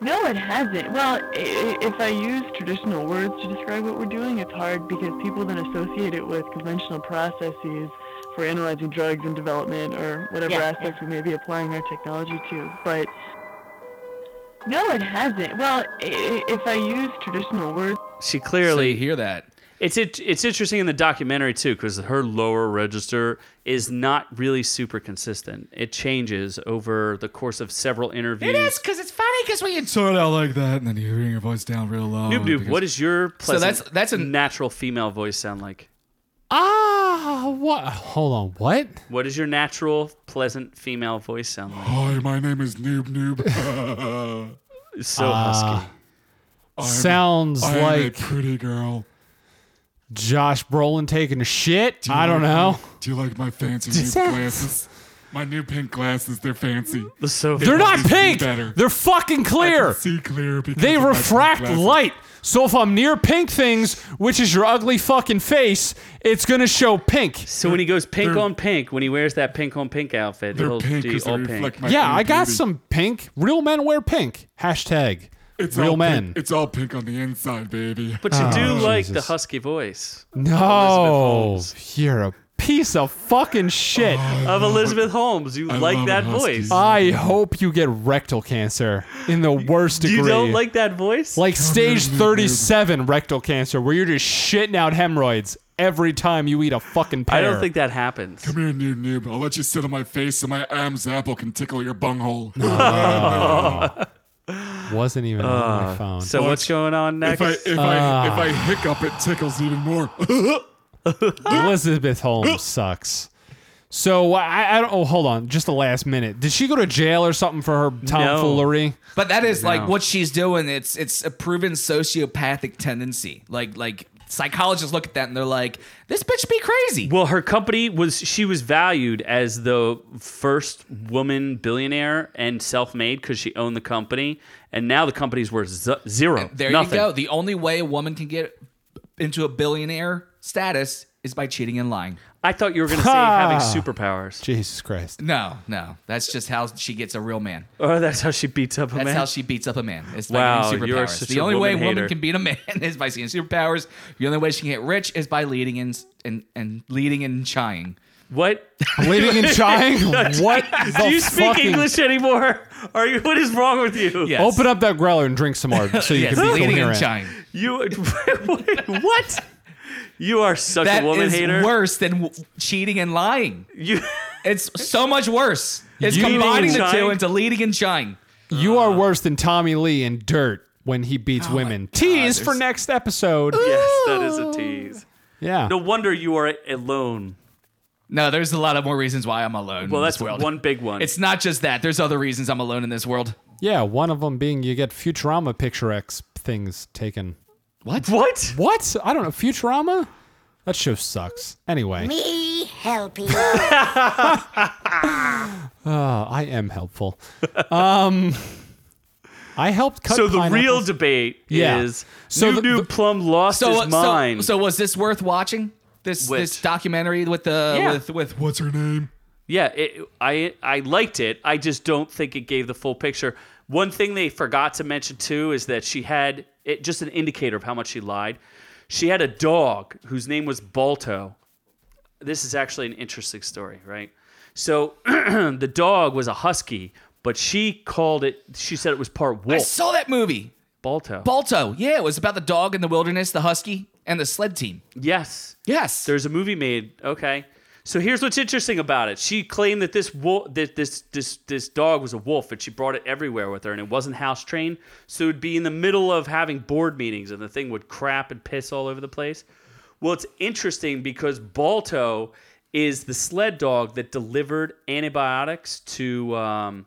Speaker 9: No, it hasn't. Well, i- i- if I use traditional words to describe what we're doing, it's hard because people then associate it with conventional processes for analyzing drugs and development or whatever
Speaker 8: Yeah.
Speaker 9: aspect we may be applying our technology to. But no, it hasn't. Well, i- i- if I use traditional words,
Speaker 3: she
Speaker 2: so you
Speaker 3: clearly
Speaker 2: hear that
Speaker 3: it's it, it's interesting in the documentary too because her lower register is not really super consistent. It changes over the course of several interviews.
Speaker 2: cuz it's funny cuz when you
Speaker 1: So it out like that, and then you bring your voice down real low.
Speaker 3: Noob Noob,
Speaker 1: because-
Speaker 3: what is your pleasant,
Speaker 2: that's- that's a-
Speaker 3: natural female voice sound like?
Speaker 5: Ah, what? Hold on, what?
Speaker 3: What does your natural pleasant female voice sound like?
Speaker 1: Hi, my name is Noob Noob.
Speaker 3: It's So husky.
Speaker 5: Sounds
Speaker 1: I'm
Speaker 5: like
Speaker 1: a pretty girl.
Speaker 5: Josh Brolin taking a shit. I don't know.
Speaker 1: Do you like my fancy new glasses? My new pink glasses—they're fancy.
Speaker 3: So
Speaker 5: They're not
Speaker 1: This is
Speaker 5: pink.
Speaker 1: better.
Speaker 5: They're fucking
Speaker 1: I
Speaker 5: clear.
Speaker 1: can see clear because
Speaker 5: They
Speaker 1: of my pink
Speaker 5: refract
Speaker 1: glasses.
Speaker 5: light. So if I'm near pink things, which is your ugly fucking face, it's gonna show pink.
Speaker 3: So when he goes pink
Speaker 1: they're-
Speaker 3: on pink, when he wears that pink on pink outfit,
Speaker 1: They're
Speaker 3: he'll
Speaker 1: pink
Speaker 3: do
Speaker 1: because they
Speaker 3: all pink.
Speaker 1: reflect my
Speaker 5: yeah,
Speaker 1: inner
Speaker 5: I got
Speaker 1: beauty.
Speaker 5: some pink. Real men wear pink. Hashtag
Speaker 1: It's all
Speaker 5: real
Speaker 1: pink-
Speaker 5: men.
Speaker 1: It's all pink on the inside, baby.
Speaker 3: But you do like the
Speaker 5: Jesus.
Speaker 3: husky voice
Speaker 5: No,
Speaker 3: Holmes.
Speaker 5: you're a piece of fucking shit.
Speaker 1: Oh,
Speaker 3: of Elizabeth Holmes. You
Speaker 1: I
Speaker 3: like
Speaker 1: love
Speaker 3: that
Speaker 1: huskies.
Speaker 3: voice.
Speaker 5: I hope you get rectal cancer in the worst degree.
Speaker 3: you don't like that voice?
Speaker 5: like stage 37 rectal cancer where you're just shitting out hemorrhoids every time you eat a fucking pear.
Speaker 3: I don't think that happens.
Speaker 1: Come here, noob noob. I'll let you sit on my face so my Adam's apple can tickle your bunghole. hole.
Speaker 5: wasn't even on my phone.
Speaker 3: So what's going on next?
Speaker 1: if I if I
Speaker 5: Ah.
Speaker 1: if I hiccup, it tickles even more.
Speaker 5: Elizabeth Holmes sucks. So I, I don't. Oh, hold on. Just the last minute. Did she go to jail or something for her tomfoolery?
Speaker 2: But that is like what she's doing. It's it's a proven sociopathic tendency. Like like psychologists look at that and they're like, this bitch be crazy.
Speaker 3: well, her company was she was valued as the first woman billionaire and self-made because she owned the company, and now the company's worth z- zero.
Speaker 2: There
Speaker 3: Nothing.
Speaker 2: you go. The only way a woman can get into a billionaire status is by cheating and lying.
Speaker 3: I thought you were going to say having superpowers.
Speaker 5: Jesus Christ.
Speaker 2: No, no, that's just how she gets a real man.
Speaker 3: Oh, that's how she beats up a
Speaker 2: That's
Speaker 3: man.
Speaker 2: how she beats up a man. It's by
Speaker 3: Wow,
Speaker 2: getting
Speaker 3: you are
Speaker 2: superpowers.
Speaker 3: such
Speaker 2: The
Speaker 3: a
Speaker 2: only way a
Speaker 3: woman-hater.
Speaker 2: woman can beat a man is by seeing superpowers. The only way she can get rich is by leading and and, and leading and chying.
Speaker 3: what?
Speaker 5: Bleeding and trying. What the
Speaker 3: Do you speak
Speaker 5: fucking-
Speaker 3: English anymore? Are you? What is wrong with you?
Speaker 2: Yes.
Speaker 5: Open up that growler and drink some more so you
Speaker 2: yes,
Speaker 5: can be
Speaker 2: leading
Speaker 5: coherent.
Speaker 2: and chying.
Speaker 3: You what? You are such
Speaker 2: That
Speaker 3: a woman
Speaker 2: is
Speaker 3: hater.
Speaker 2: worse than w- cheating and lying.
Speaker 3: You
Speaker 2: It's so much worse. It's
Speaker 5: You-
Speaker 2: combining the
Speaker 3: Cheating.
Speaker 2: two into leading and shying.
Speaker 5: You are worse than Tommy Lee in Dirt when he beats women. Tease for
Speaker 2: there's-
Speaker 5: next episode.
Speaker 3: yes, that is a tease.
Speaker 5: Yeah.
Speaker 3: No wonder you are alone.
Speaker 2: No, there's a lot of more reasons why I'm alone.
Speaker 3: Well,
Speaker 2: in
Speaker 3: that's
Speaker 2: this world.
Speaker 3: one big one.
Speaker 2: Mm, It's not just that. There's other reasons I'm alone in this world.
Speaker 5: Yeah, one of them being you get Futurama Picture X things taken.
Speaker 3: what?
Speaker 5: What? I don't know. Futurama? That show sucks. Anyway,
Speaker 8: Me helpy.
Speaker 5: Uh, I am helpful. Um, I helped cut.
Speaker 3: So the real
Speaker 5: pineapples.
Speaker 3: debate
Speaker 5: Yeah.
Speaker 3: is
Speaker 5: So the-
Speaker 3: so Noob Noob
Speaker 5: the-
Speaker 3: Plum lost
Speaker 2: So,
Speaker 3: his
Speaker 2: so
Speaker 3: mind.
Speaker 2: so was this worth watching? This
Speaker 3: Which?
Speaker 2: this documentary with the
Speaker 3: Yeah.
Speaker 2: with with
Speaker 1: What's her name?
Speaker 3: yeah, it, I I liked it. I just don't think it gave the full picture. One thing they forgot to mention too is that she had it just an indicator of how much she lied. She had a dog whose name was Balto. This is actually an interesting story, right? So the dog was a husky, but she called it. She said it was part
Speaker 2: I
Speaker 3: wolf.
Speaker 2: saw that movie.
Speaker 3: Balto.
Speaker 2: Balto. Yeah, it was about the dog in the wilderness, the husky, and the sled team.
Speaker 3: yes.
Speaker 2: Yes.
Speaker 3: There's a movie made. Okay. So here's what's interesting about it. She claimed that this wolf, that this this this dog was a wolf, and she brought it everywhere with her, and it wasn't house trained, so it'd be in the middle of having board meetings, and the thing would crap and piss all over the place. Well, it's interesting because Balto is the sled dog that delivered antibiotics to um,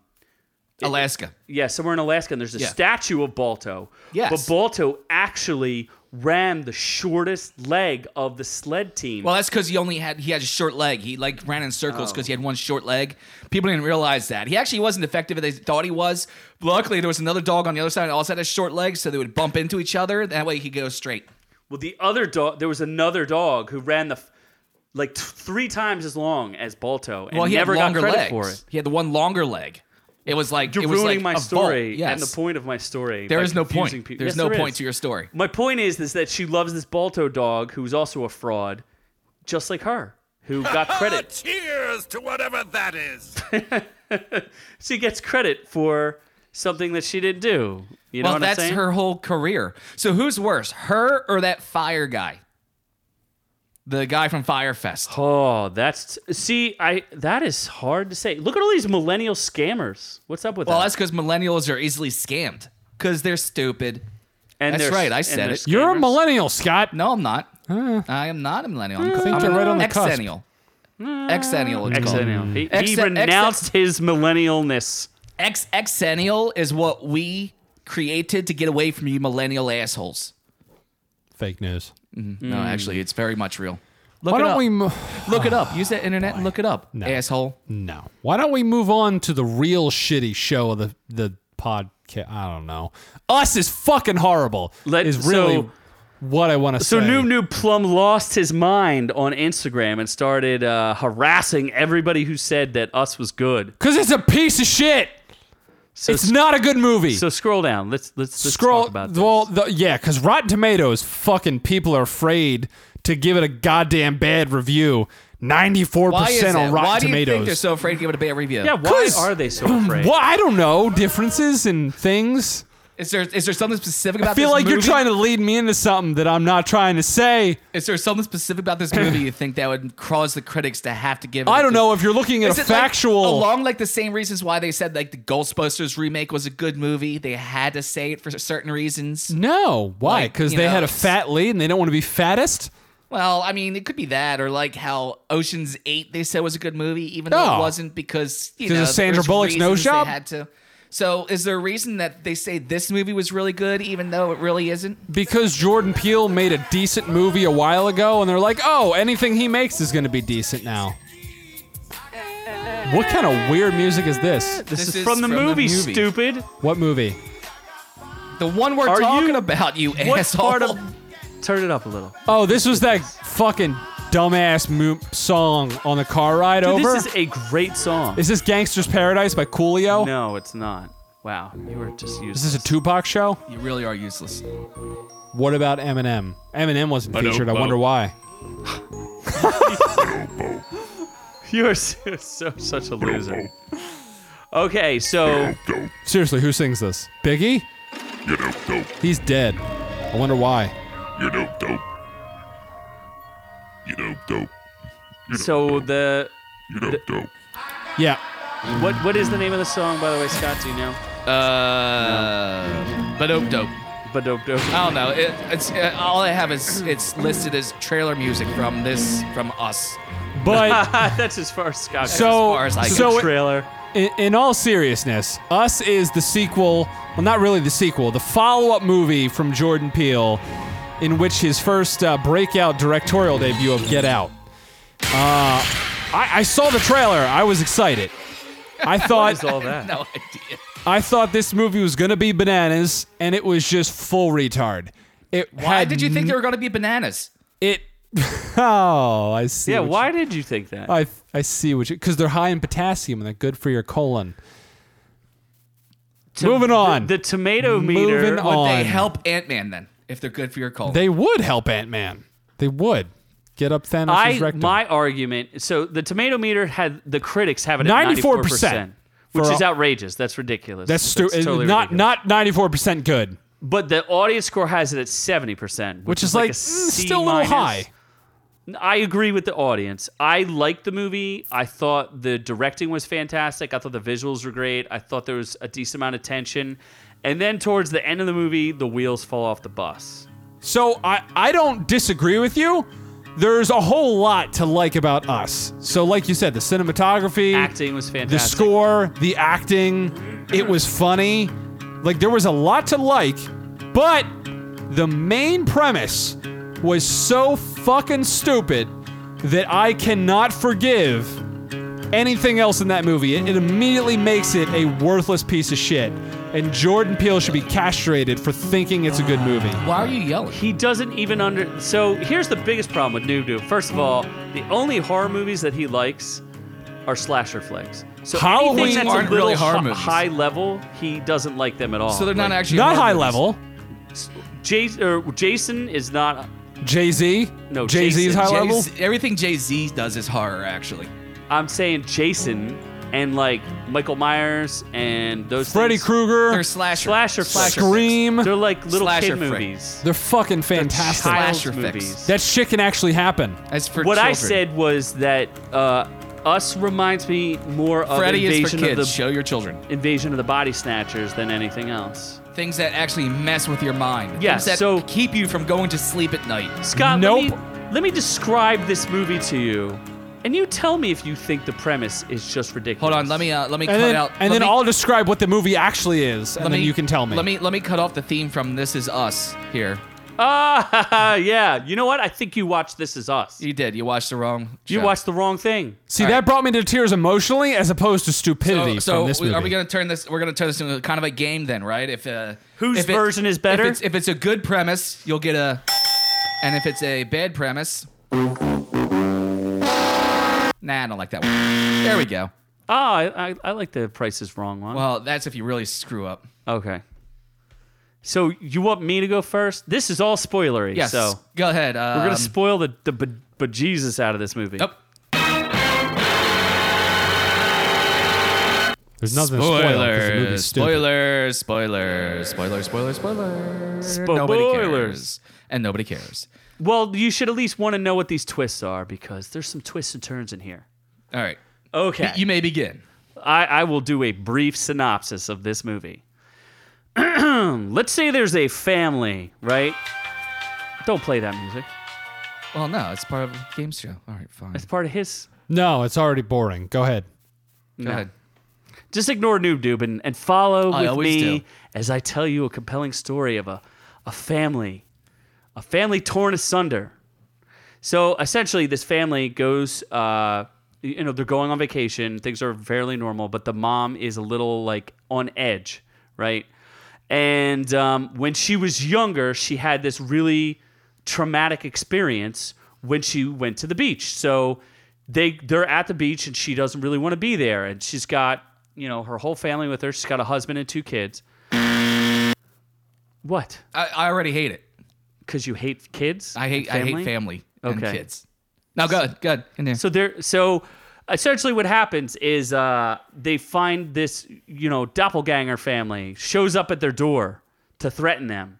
Speaker 2: Alaska.
Speaker 3: yeah, somewhere in Alaska, and there's a
Speaker 2: Yeah.
Speaker 3: statue of Balto.
Speaker 2: Yes.
Speaker 3: But Balto actually ran the shortest leg of the sled team.
Speaker 2: Well, that's because he only had he had a short leg. He like ran in circles because he
Speaker 3: Oh.
Speaker 2: had one short leg. People didn't realize that he actually wasn't effective as they thought he was. Luckily, there was another dog on the other side that also had a short leg, so they would bump into each other. That way, he could go straight.
Speaker 3: Well, the other dog, there was another dog who ran the f- like t- three times as long as Balto, and
Speaker 2: Well, he
Speaker 3: never
Speaker 2: had
Speaker 3: got
Speaker 2: longer
Speaker 3: credit
Speaker 2: legs.
Speaker 3: for it.
Speaker 2: He had the one longer leg. It was like
Speaker 3: You're
Speaker 2: it was
Speaker 3: ruining
Speaker 2: like
Speaker 3: my
Speaker 2: a
Speaker 3: story
Speaker 2: vault. Yes.
Speaker 3: and the point of my story.
Speaker 2: There
Speaker 3: by
Speaker 2: is no
Speaker 3: confusing
Speaker 2: point.
Speaker 3: peop-
Speaker 2: There's
Speaker 3: Yes,
Speaker 2: no
Speaker 3: there
Speaker 2: point
Speaker 3: is.
Speaker 2: to your story.
Speaker 3: My point is, is that she loves this Balto dog who's also a fraud, just like her, who got credit.
Speaker 6: Cheers to whatever that is.
Speaker 3: she gets credit for something that she didn't do. You know
Speaker 2: well,
Speaker 3: what
Speaker 2: that's
Speaker 3: I'm saying?
Speaker 2: her whole career. So who's worse, her or that fire guy? The guy from Firefest.
Speaker 3: Oh, that's see, I that is hard to say. Look at all these millennial scammers. What's up with
Speaker 2: Well,
Speaker 3: that?
Speaker 2: that's because millennials are easily scammed because they're stupid.
Speaker 3: and
Speaker 2: that's
Speaker 3: they're-
Speaker 2: right, I
Speaker 3: and
Speaker 2: said
Speaker 3: they're
Speaker 2: it.
Speaker 5: You're a
Speaker 3: scammers.
Speaker 5: millennial, Scott.
Speaker 2: No, I'm not. I am not a millennial. I'm,
Speaker 5: Hmm. think
Speaker 2: I'm
Speaker 5: you're
Speaker 2: an
Speaker 5: right on the cusp.
Speaker 2: Exennial. Exennial. It's called.
Speaker 3: Exennial. He,
Speaker 2: Ex-
Speaker 3: he
Speaker 2: ex-
Speaker 3: renounced his millennialness.
Speaker 2: Ex exennial is what we created to get away from you millennial assholes.
Speaker 5: Fake news.
Speaker 2: No, actually, it's very much real. Look
Speaker 5: Why
Speaker 2: it
Speaker 5: don't
Speaker 2: up.
Speaker 5: we? Mo-
Speaker 2: look it up? Use that internet and look it up, asshole.
Speaker 5: no. Why don't we move on to the real shitty show of the the podcast? I don't know. Us is fucking horrible.
Speaker 3: Let-
Speaker 5: is really
Speaker 3: so-
Speaker 5: what I want to
Speaker 3: So
Speaker 5: say.
Speaker 3: Noob Noob Plum lost his mind on Instagram and started uh, harassing everybody who said that Us was good.
Speaker 5: because it's a piece of shit.
Speaker 3: So
Speaker 5: it's not a good movie.
Speaker 3: So scroll down. Let's let's, let's
Speaker 5: Scroll.
Speaker 3: talk about this.
Speaker 5: well, the, yeah, because Rotten Tomatoes, fucking people are afraid to give it a goddamn bad review. Ninety-four
Speaker 2: Why is
Speaker 5: percent on
Speaker 2: that?
Speaker 5: Rotten
Speaker 2: Why do you
Speaker 5: Tomatoes.
Speaker 2: think they're so afraid to give it a bad review?
Speaker 3: yeah, why
Speaker 5: 'cause-
Speaker 3: are they so afraid?
Speaker 5: Well, I don't know differences and things.
Speaker 2: Is there is there something specific about?
Speaker 5: I feel
Speaker 2: this
Speaker 5: like you're
Speaker 2: movie?
Speaker 5: trying to lead me into something that I'm not trying to say.
Speaker 2: Is there something specific about this movie you think that would cause the critics to have to give? It
Speaker 5: I
Speaker 2: a-
Speaker 5: don't know if you're looking at
Speaker 2: Is
Speaker 5: a
Speaker 2: it like,
Speaker 5: factual.
Speaker 2: along like the same reasons why they said like the Ghostbusters remake was a good movie? They had to say it for certain reasons.
Speaker 5: no, why?
Speaker 2: Like,
Speaker 5: Because
Speaker 2: you
Speaker 5: they
Speaker 2: know,
Speaker 5: had a
Speaker 2: it's-
Speaker 5: fat lead and they don't want to be fattest.
Speaker 2: Well, I mean, it could be that, or like how Ocean's Eight they said was a good movie, even though
Speaker 5: No.
Speaker 2: it wasn't because you
Speaker 5: 'Cause
Speaker 2: know
Speaker 5: of Sandra
Speaker 2: there's
Speaker 5: Bullock's
Speaker 2: reasons
Speaker 5: nose
Speaker 2: they
Speaker 5: job?
Speaker 2: had to. So, is there a reason that they say this movie was really good, even though it really isn't?
Speaker 5: Because Jordan Peele made a decent movie a while ago, and they're like, oh, anything he makes is going to be decent now. What kind of weird music is this?
Speaker 3: this,
Speaker 2: This
Speaker 3: is
Speaker 2: is
Speaker 3: from the,
Speaker 2: from the
Speaker 3: movie,
Speaker 2: movie.
Speaker 3: stupid.
Speaker 5: What movie?
Speaker 2: The one we're
Speaker 3: Are you-
Speaker 2: talking about, you
Speaker 3: What
Speaker 2: asshole.
Speaker 3: part of Turn it up a little.
Speaker 5: Oh, this was that fucking dumbass mo- song on the car ride
Speaker 3: Dude,
Speaker 5: over.
Speaker 3: this is a great song.
Speaker 5: Is this Gangster's Paradise by Coolio?
Speaker 3: No, it's not. Wow, you were just
Speaker 5: Is
Speaker 3: used.
Speaker 5: this a Tupac show?
Speaker 2: you really are useless.
Speaker 5: What about Eminem? Eminem wasn't
Speaker 1: Ba-do-bo.
Speaker 5: featured. I wonder why.
Speaker 3: You are so, so such a loser. Okay, so
Speaker 5: Seriously, who sings this? Biggie?
Speaker 1: You dope dope.
Speaker 5: He's dead. I wonder why.
Speaker 1: You dope dope. You dope dope.
Speaker 3: so the
Speaker 1: You dope dope.
Speaker 5: Yeah.
Speaker 3: what what is the name of the song by the way, Scott? Do you know?
Speaker 2: Uh, but dope dope.
Speaker 3: But dope dope.
Speaker 2: I don't know. It, it's uh, all I have is it's listed as trailer music from this from us.
Speaker 5: But
Speaker 3: That's as far as Scott. goes.
Speaker 5: so
Speaker 2: far as I can
Speaker 5: so it-
Speaker 3: trailer.
Speaker 5: in, in all seriousness, Us is the sequel. Well, not really the sequel. The follow-up movie from Jordan Peele, in which his first uh, breakout directorial debut of Get Out. I, I saw the trailer. I was excited. I thought
Speaker 3: It's all that.
Speaker 2: No idea.
Speaker 5: I thought this movie was gonna be bananas, and it was just full retard. It
Speaker 2: Why
Speaker 5: had
Speaker 2: did you think
Speaker 5: n-
Speaker 2: there were going to be bananas?
Speaker 5: it? Oh, I see.
Speaker 3: Yeah,
Speaker 5: what
Speaker 3: why did you think that?
Speaker 5: You, I I see what you because they're high in potassium and they're good for your colon.
Speaker 3: To-
Speaker 5: moving
Speaker 3: the-
Speaker 5: on.
Speaker 3: The, tomato meter.
Speaker 5: Moving
Speaker 2: Would
Speaker 5: on.
Speaker 2: they help Ant Man then if they're good for your colon?
Speaker 5: They would help Ant Man. They would get up Thanos'
Speaker 3: I
Speaker 5: rectum.
Speaker 3: my argument. So the tomato meter had the critics have it at
Speaker 5: 94%,
Speaker 3: which
Speaker 5: for
Speaker 3: is
Speaker 5: all-
Speaker 3: outrageous. That's ridiculous.
Speaker 5: That's stupid.
Speaker 3: totally
Speaker 5: not
Speaker 3: ridiculous.
Speaker 5: not ninety four percent good,
Speaker 3: But the audience score has it at seventy percent, which,
Speaker 5: which is
Speaker 3: like,
Speaker 5: like
Speaker 3: a
Speaker 5: mm,
Speaker 3: C
Speaker 5: still a little
Speaker 3: minus.
Speaker 5: high.
Speaker 3: I agree with the audience. I liked the movie. I thought the directing was fantastic. I thought the visuals were great. I thought there was a decent amount of tension. And then towards the end of the movie, the wheels fall off the bus.
Speaker 5: So I, I don't disagree with you. There's a whole lot to like about us. So like you said, the cinematography,
Speaker 3: Acting was
Speaker 5: the
Speaker 3: fantastic.
Speaker 5: score, the acting, it was funny. Like there was a lot to like, but the main premise was so fucking stupid that I cannot forgive anything else in that movie. It, it immediately makes it a worthless piece of shit. And Jordan Peele should be castrated for thinking it's a good movie.
Speaker 2: Why are you yelling?
Speaker 3: He doesn't even under. So here's the biggest problem with Noob Noob. First of all, the only horror movies that he likes are slasher flicks. So
Speaker 5: Halloween
Speaker 3: anything that's
Speaker 2: aren't
Speaker 3: a little
Speaker 2: really horror
Speaker 3: hi-
Speaker 2: movies.
Speaker 3: high level, he doesn't like them at all.
Speaker 2: So they're not actually
Speaker 5: Not
Speaker 2: horror
Speaker 5: high
Speaker 2: movies.
Speaker 5: level.
Speaker 3: Jason, or Jason is not.
Speaker 5: Jay Z.
Speaker 3: No,
Speaker 5: Jay Z's
Speaker 3: Jason.
Speaker 5: high
Speaker 2: Jay-Z-
Speaker 5: level.
Speaker 2: everything Jay Z does is horror, actually.
Speaker 3: I'm saying Jason and like Michael Myers and those
Speaker 5: Freddy
Speaker 3: things.
Speaker 5: Krueger.
Speaker 2: They're slasher.
Speaker 3: Slasher flicks.
Speaker 5: Scream.
Speaker 3: They're like little
Speaker 2: Slasher
Speaker 3: kid
Speaker 2: flick.
Speaker 3: movies.
Speaker 5: They're fucking
Speaker 3: Child's
Speaker 5: fantastic.
Speaker 2: Slasher flicks.
Speaker 3: movies.
Speaker 5: that shit can actually happen.
Speaker 2: As for
Speaker 3: what I
Speaker 2: children.
Speaker 3: said was that uh, Us reminds me more of
Speaker 2: Freddy is for
Speaker 3: Invasion
Speaker 2: kids.
Speaker 3: of the
Speaker 2: Show your children
Speaker 3: Invasion of the Body Snatchers than anything else.
Speaker 2: things that actually mess with your mind.
Speaker 3: Yeah,
Speaker 2: Things that
Speaker 3: so-
Speaker 2: keep you from going to sleep at night.
Speaker 3: Scott,
Speaker 5: Nope.
Speaker 3: let, me, let me describe this movie to you, and you tell me if you think the premise is just ridiculous.
Speaker 2: Hold on, let me uh, let me
Speaker 5: And
Speaker 2: cut
Speaker 5: then,
Speaker 2: out.
Speaker 5: and
Speaker 2: let
Speaker 5: then
Speaker 2: me-
Speaker 5: I'll describe what the movie actually is, and
Speaker 2: let
Speaker 5: then you can tell me.
Speaker 2: Let me let me cut off the theme from This Is Us here.
Speaker 3: Ah, yeah. You know what? I think you watched This Is Us.
Speaker 2: You did. You watched the wrong.
Speaker 3: You
Speaker 2: show.
Speaker 3: watched the wrong thing.
Speaker 5: See,
Speaker 2: all
Speaker 5: that
Speaker 2: right.
Speaker 5: brought me to tears emotionally, as opposed to stupidity
Speaker 2: So, so
Speaker 5: from this
Speaker 2: we-
Speaker 5: movie.
Speaker 2: are we gonna turn this? We're gonna turn this into kind of a game then, right? If uh,
Speaker 3: Whose
Speaker 2: if it-
Speaker 3: version is better?
Speaker 2: If it's, if it's a good premise, you'll get a, and if it's a bad premise, nah, I don't like that one. There we go.
Speaker 3: Ah, I, I, I like the Price Is Wrong one.
Speaker 2: Well, that's if you really screw up.
Speaker 3: okay. So you want me to go first? This is all spoilery.
Speaker 2: Yes.
Speaker 3: So
Speaker 2: go ahead. Um,
Speaker 3: we're gonna spoil the the be- bejesus out of this movie.
Speaker 2: Nope.
Speaker 5: There's nothing to spoil 'cause the
Speaker 2: Spoiler,
Speaker 5: movie's stupid.
Speaker 2: spoiler, spoiler, spoiler, spoiler, spoiler.
Speaker 3: Spoilers.
Speaker 2: Nobody cares. And nobody cares.
Speaker 3: Well, you should at least want to know what these twists are because there's some twists and turns in here.
Speaker 2: All right.
Speaker 3: Okay.
Speaker 2: You may begin.
Speaker 3: I, I will do a brief synopsis of this movie. Let's say there's a family, right? Don't play that music.
Speaker 2: Well, no, it's part of the game show. All right, fine.
Speaker 3: It's part of his.
Speaker 5: No, it's already boring. Go ahead.
Speaker 2: Go ahead.
Speaker 3: Just ignore Noob Doob and, and follow
Speaker 2: I
Speaker 3: with
Speaker 2: always
Speaker 3: me
Speaker 2: do.
Speaker 3: as I tell you a compelling story of a, a family, a family torn asunder. So essentially, this family goes, uh, you know, they're going on vacation. Things are fairly normal, but the mom is a little like on edge, right? And um, when she was younger, she had this really traumatic experience when she went to the beach. So they they're at the beach and she doesn't really want to be there, and she's got you know her whole family with her. She's got a husband and two kids. What?
Speaker 2: I, I already hate it.
Speaker 3: Because you hate kids?
Speaker 2: I hate
Speaker 3: and
Speaker 2: I hate family and
Speaker 3: Okay.
Speaker 2: kids. No, good, good. In there.
Speaker 3: So there. So essentially, what happens is uh, they find this, you know, doppelganger family shows up at their door to threaten them,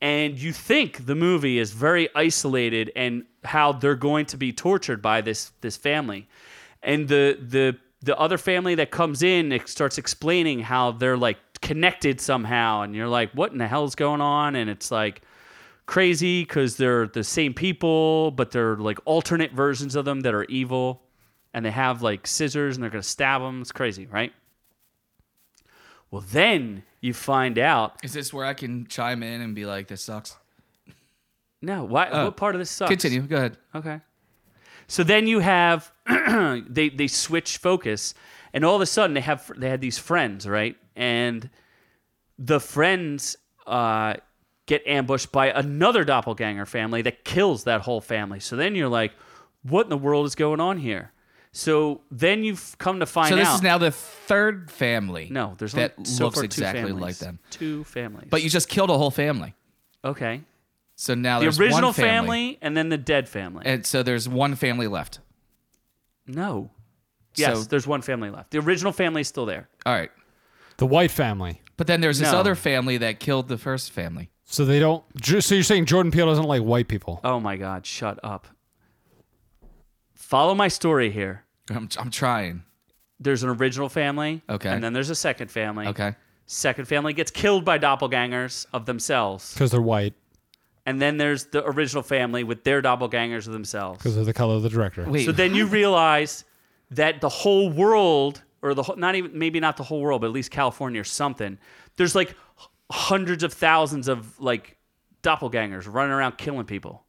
Speaker 3: and you think the movie is very isolated and how they're going to be tortured by this this family, and the the the other family that comes in it starts explaining how they're like connected somehow, and you're like, what in the hell's going on? And it's like crazy because they're the same people, but they're like alternate versions of them that are evil, and they have like scissors and they're gonna stab them. It's crazy, right? Well, then you find out.
Speaker 2: Is this where I can chime in and be like, this sucks?
Speaker 3: No, why? what part of this sucks?
Speaker 2: Continue. Go ahead.
Speaker 3: Okay. So then you have they they switch focus, and all of a sudden they have they had these friends, right? And the friends uh, get ambushed by another doppelganger family that kills that whole family. So then you're like, what in the world is going on here? So then you've come to find
Speaker 2: So this
Speaker 3: out.
Speaker 2: is now the third family.
Speaker 3: no, there's
Speaker 2: that
Speaker 3: only, so
Speaker 2: looks
Speaker 3: far two
Speaker 2: exactly
Speaker 3: families.
Speaker 2: like them.
Speaker 3: Two families.
Speaker 2: But you just killed a whole family.
Speaker 3: okay?
Speaker 2: So now
Speaker 3: The
Speaker 2: there's
Speaker 3: original
Speaker 2: one family,
Speaker 3: family and then the dead family.
Speaker 2: and so there's one family left.
Speaker 3: no. Yes,
Speaker 2: So-
Speaker 3: there's one family left. The original family is still there.
Speaker 2: All right,
Speaker 5: The white family.
Speaker 2: but then there's this
Speaker 3: No.
Speaker 2: other family that killed the first family.
Speaker 5: So they don't. ju- So you're saying Jordan Peele doesn't like white people?
Speaker 3: Oh my God, shut up. Follow my story here.
Speaker 2: I'm I'm trying.
Speaker 3: There's an original family.
Speaker 2: Okay.
Speaker 3: And then there's a second family.
Speaker 2: Okay.
Speaker 3: Second family gets killed by doppelgangers of themselves.
Speaker 5: Because they're white.
Speaker 3: And then there's the original family with their doppelgangers of themselves.
Speaker 5: Because of the color of the director.
Speaker 2: Wait.
Speaker 3: So then you realize that the whole world, or the whole, not even maybe not the whole world, but at least California or something, there's like h- hundreds of thousands of like doppelgangers running around killing people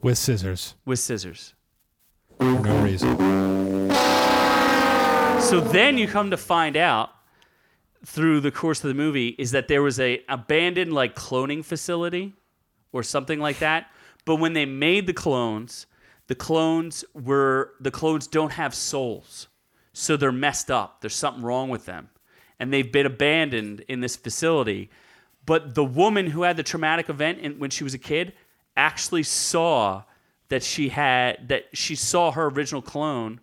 Speaker 5: With scissors.
Speaker 3: with scissors.
Speaker 5: For no reason.
Speaker 3: So then you come to find out through the course of the movie is that there was a abandoned like cloning facility or something like that. But when they made the clones, the clones were the clones don't have souls. So they're messed up. There's something wrong with them. And they've been abandoned in this facility. But the woman who had the traumatic event in, when she was a kid actually saw that she had that she saw her original clone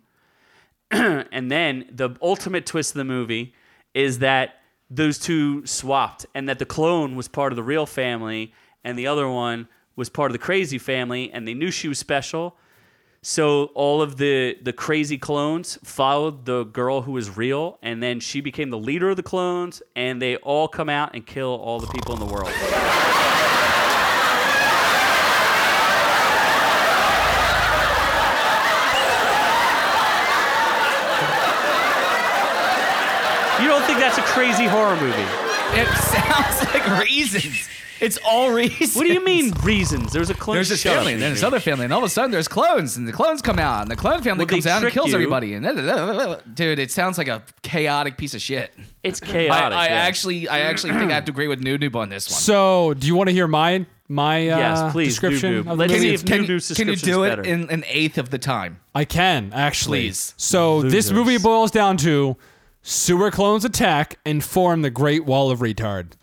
Speaker 3: and then the ultimate twist of the movie is that those two swapped and that the clone was part of the real family and the other one was part of the crazy family and they knew she was special so all of the the crazy clones followed the girl who was real and then she became the leader of the clones and they all come out and kill all the people in the world you don't think that's a crazy horror movie
Speaker 2: It sounds like reasons. It's all reasons.
Speaker 3: what do you mean reasons there's a clone
Speaker 2: There's this family, and then this other family, and all of a sudden there's clones, and the clones come out, and the clone family
Speaker 3: Well, they
Speaker 2: comes out and
Speaker 3: trick
Speaker 2: kills
Speaker 3: you.
Speaker 2: everybody. And dude, it sounds like a chaotic piece of shit.
Speaker 3: it's
Speaker 2: I,
Speaker 3: chaotic
Speaker 2: I
Speaker 3: yeah.
Speaker 2: actually, I actually think I have to agree with Noob Noob on this one.
Speaker 5: So do you want to hear my my uh,
Speaker 3: Yes, please,
Speaker 5: description?
Speaker 3: Noob Noob.
Speaker 5: of the
Speaker 3: Let's
Speaker 5: movie?
Speaker 3: see
Speaker 2: you-
Speaker 3: if Noob
Speaker 2: you-
Speaker 3: Noob's
Speaker 2: can you
Speaker 3: description's
Speaker 2: do it
Speaker 3: better.
Speaker 2: in an eighth of the time?
Speaker 5: I can actually.
Speaker 2: Please.
Speaker 5: So this
Speaker 3: Losers.
Speaker 5: movie boils down to sewer clones attack and form the Great Wall of Retard.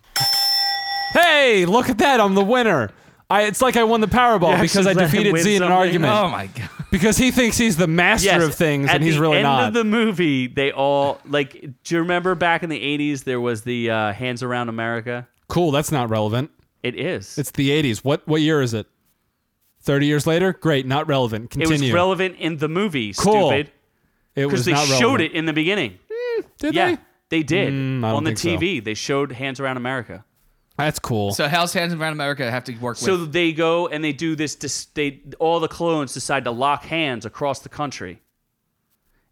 Speaker 5: Hey, look at that! I'm the winner. I, it's like I won the Powerball
Speaker 3: Yeah,
Speaker 5: because I
Speaker 3: since I
Speaker 5: defeated
Speaker 3: win
Speaker 5: Z in an
Speaker 3: something.
Speaker 5: argument.
Speaker 2: Oh my god!
Speaker 5: Because he thinks he's the master
Speaker 3: Yes,
Speaker 5: of things,
Speaker 3: at
Speaker 5: and he's
Speaker 3: the
Speaker 5: really
Speaker 3: end
Speaker 5: not.
Speaker 3: of the movie, they all like. Do you remember back in the '80s there was the uh, Hands Around America?
Speaker 5: cool, that's not relevant.
Speaker 3: It is.
Speaker 5: It's the '80s. What what year is it? Thirty years later? Great, not relevant.
Speaker 3: it
Speaker 5: Continue.
Speaker 3: was relevant in the movie.
Speaker 5: Cool.
Speaker 3: Stupid.
Speaker 5: It
Speaker 3: Because
Speaker 5: was
Speaker 3: they
Speaker 5: not
Speaker 3: showed
Speaker 5: relevant.
Speaker 3: it in the beginning.
Speaker 5: Did
Speaker 3: yeah,
Speaker 5: they?
Speaker 3: they did
Speaker 5: Mm, I don't
Speaker 3: on the
Speaker 5: think so.
Speaker 3: TV. They showed Hands Around America.
Speaker 5: That's cool.
Speaker 2: So House Hands Around America have to work
Speaker 3: So
Speaker 2: with.
Speaker 3: they go and they do this. dis- They all the clones decide to lock hands across the country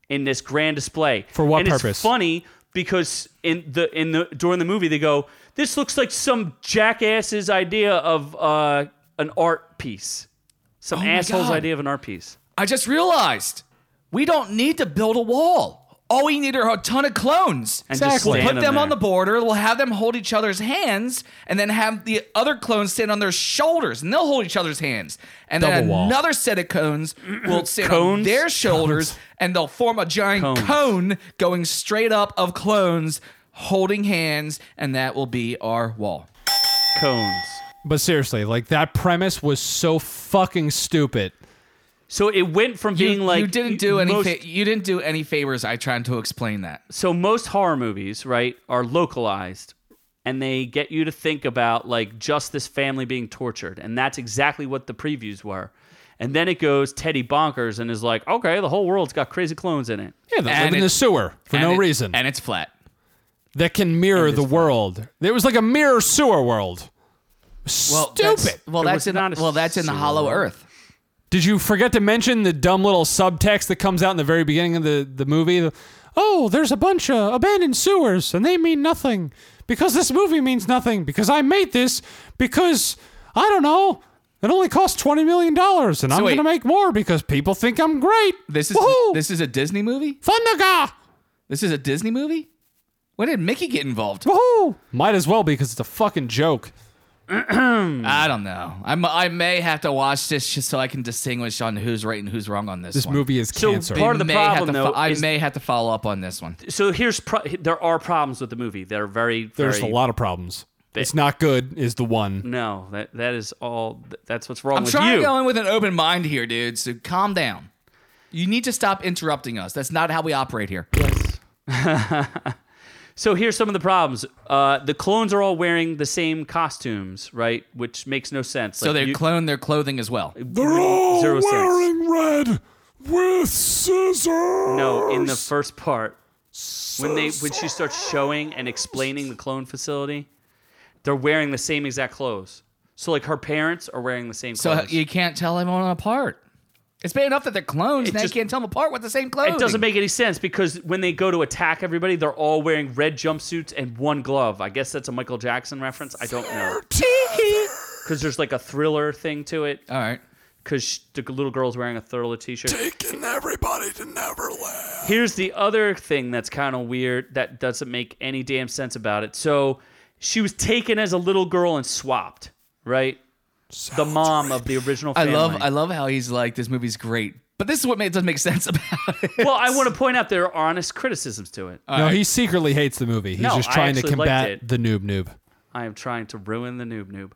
Speaker 3: in this grand display.
Speaker 5: For what
Speaker 3: and It's
Speaker 5: purpose?
Speaker 3: funny because in the in the during the movie they go, "This looks like some jackass's idea of uh, an art piece, some
Speaker 2: Oh my
Speaker 3: asshole's
Speaker 2: God.
Speaker 3: idea of an art piece."
Speaker 2: I just realized we don't need to build a wall. All we need are a ton of clones.
Speaker 3: And just
Speaker 5: Exactly.
Speaker 3: stand
Speaker 2: Put them
Speaker 3: there.
Speaker 2: on the border. We'll have them hold each other's hands, and then have the other clones stand on their shoulders, and they'll hold each other's hands. And then
Speaker 5: Double wall.
Speaker 2: another set of cones will stand on
Speaker 3: Cones?
Speaker 2: their shoulders, and they'll form a giant
Speaker 3: Cones.
Speaker 2: cone going straight up of clones holding hands, and that will be our wall.
Speaker 3: cones.
Speaker 5: But seriously, like that premise was so fucking stupid.
Speaker 3: So it went from
Speaker 2: You,
Speaker 3: being like
Speaker 2: you didn't do any
Speaker 3: most-
Speaker 2: fa- you didn't do any favors. I tried to explain that.
Speaker 3: so most horror movies, right, are localized and they get you to think about like just this family being tortured. And that's exactly what the previews were. And then it goes Teddy bonkers and is like, okay, the whole world's got crazy clones in it.
Speaker 5: Yeah, they
Speaker 2: And
Speaker 5: live in
Speaker 2: it-
Speaker 5: the sewer for
Speaker 2: And
Speaker 5: no
Speaker 2: it-
Speaker 5: reason.
Speaker 2: and it's flat.
Speaker 5: that can mirror the world. There was like a mirror sewer world.
Speaker 2: Well,
Speaker 5: Stupid.
Speaker 2: That's, well,
Speaker 3: There
Speaker 2: that's
Speaker 3: was
Speaker 2: in
Speaker 3: not a
Speaker 2: well, that's in the Hollow
Speaker 3: sewer.
Speaker 2: Earth.
Speaker 5: Did you forget to mention the dumb little subtext that comes out in the very beginning of the, the movie? The- Oh, there's a bunch of abandoned sewers and they mean nothing. Because this movie means nothing. Because I made this. Because, I don't know, It only costs twenty million dollars, and I'm
Speaker 2: wait.
Speaker 5: gonna make more because people think I'm great.
Speaker 2: This is
Speaker 5: Woohoo!
Speaker 2: this is a Disney movie.
Speaker 5: Fundaga.
Speaker 2: This is a Disney movie. When did Mickey get involved?
Speaker 5: Woohoo! Might as well because it's a fucking joke.
Speaker 2: I don't know. I'm, I may have to watch this just so I can distinguish on who's right and who's wrong on this.
Speaker 5: This
Speaker 2: one.
Speaker 5: movie is
Speaker 3: So
Speaker 5: cancer.
Speaker 3: part- of the
Speaker 2: may have
Speaker 3: problem,
Speaker 2: to fo-
Speaker 3: though,
Speaker 2: I
Speaker 3: is-
Speaker 2: may have to follow up on this one.
Speaker 3: So here's pro- there are problems with the movie that are very
Speaker 5: There's a
Speaker 3: very,
Speaker 5: lot of problems. It's not good. Is the one.
Speaker 3: No, that that is all. That's what's wrong
Speaker 2: I'm
Speaker 3: with
Speaker 2: trying
Speaker 3: you.
Speaker 2: to go in with an open mind here, dude. So calm down. You need to stop interrupting us. That's not how we operate here.
Speaker 3: So here's some of the problems. Uh, the clones are all wearing the same costumes, right? Which makes no sense.
Speaker 2: So
Speaker 3: Like,
Speaker 2: they
Speaker 3: you-
Speaker 2: clone their clothing as well.
Speaker 1: They're all
Speaker 3: Zero sense.
Speaker 1: wearing red with scissors.
Speaker 3: No, in the first part, when they when she starts showing and explaining the clone facility, they're wearing the same exact clothes. So like her parents are wearing the same
Speaker 2: So uh,
Speaker 3: clothes.
Speaker 2: you can't tell everyone apart. It's bad enough that they're clones. Now
Speaker 3: just-
Speaker 2: you can't tell them apart with the same clothes.
Speaker 3: it doesn't make any sense because when they go to attack everybody, they're all wearing red jumpsuits and one glove. I guess that's a Michael Jackson reference. I don't know. Because there's like a thriller thing to it.
Speaker 2: All right.
Speaker 3: Because the little girl's wearing a thriller t shirt.
Speaker 1: Taking everybody to Neverland.
Speaker 3: Here's the other thing that's kind of weird that doesn't make any damn sense about it. So she was taken as a little girl and swapped, right? the mom of the original
Speaker 2: I
Speaker 3: family.
Speaker 2: love I love how he's like this movie's great, but this is what ma- doesn't make sense about it.
Speaker 3: well, I want to point out there are honest criticisms to it.
Speaker 5: no, he secretly hates the movie. He's
Speaker 3: No,
Speaker 5: just
Speaker 3: I
Speaker 5: trying to
Speaker 3: actually liked
Speaker 5: combat
Speaker 3: it.
Speaker 5: the noob noob.
Speaker 3: I am trying to ruin the noob noob.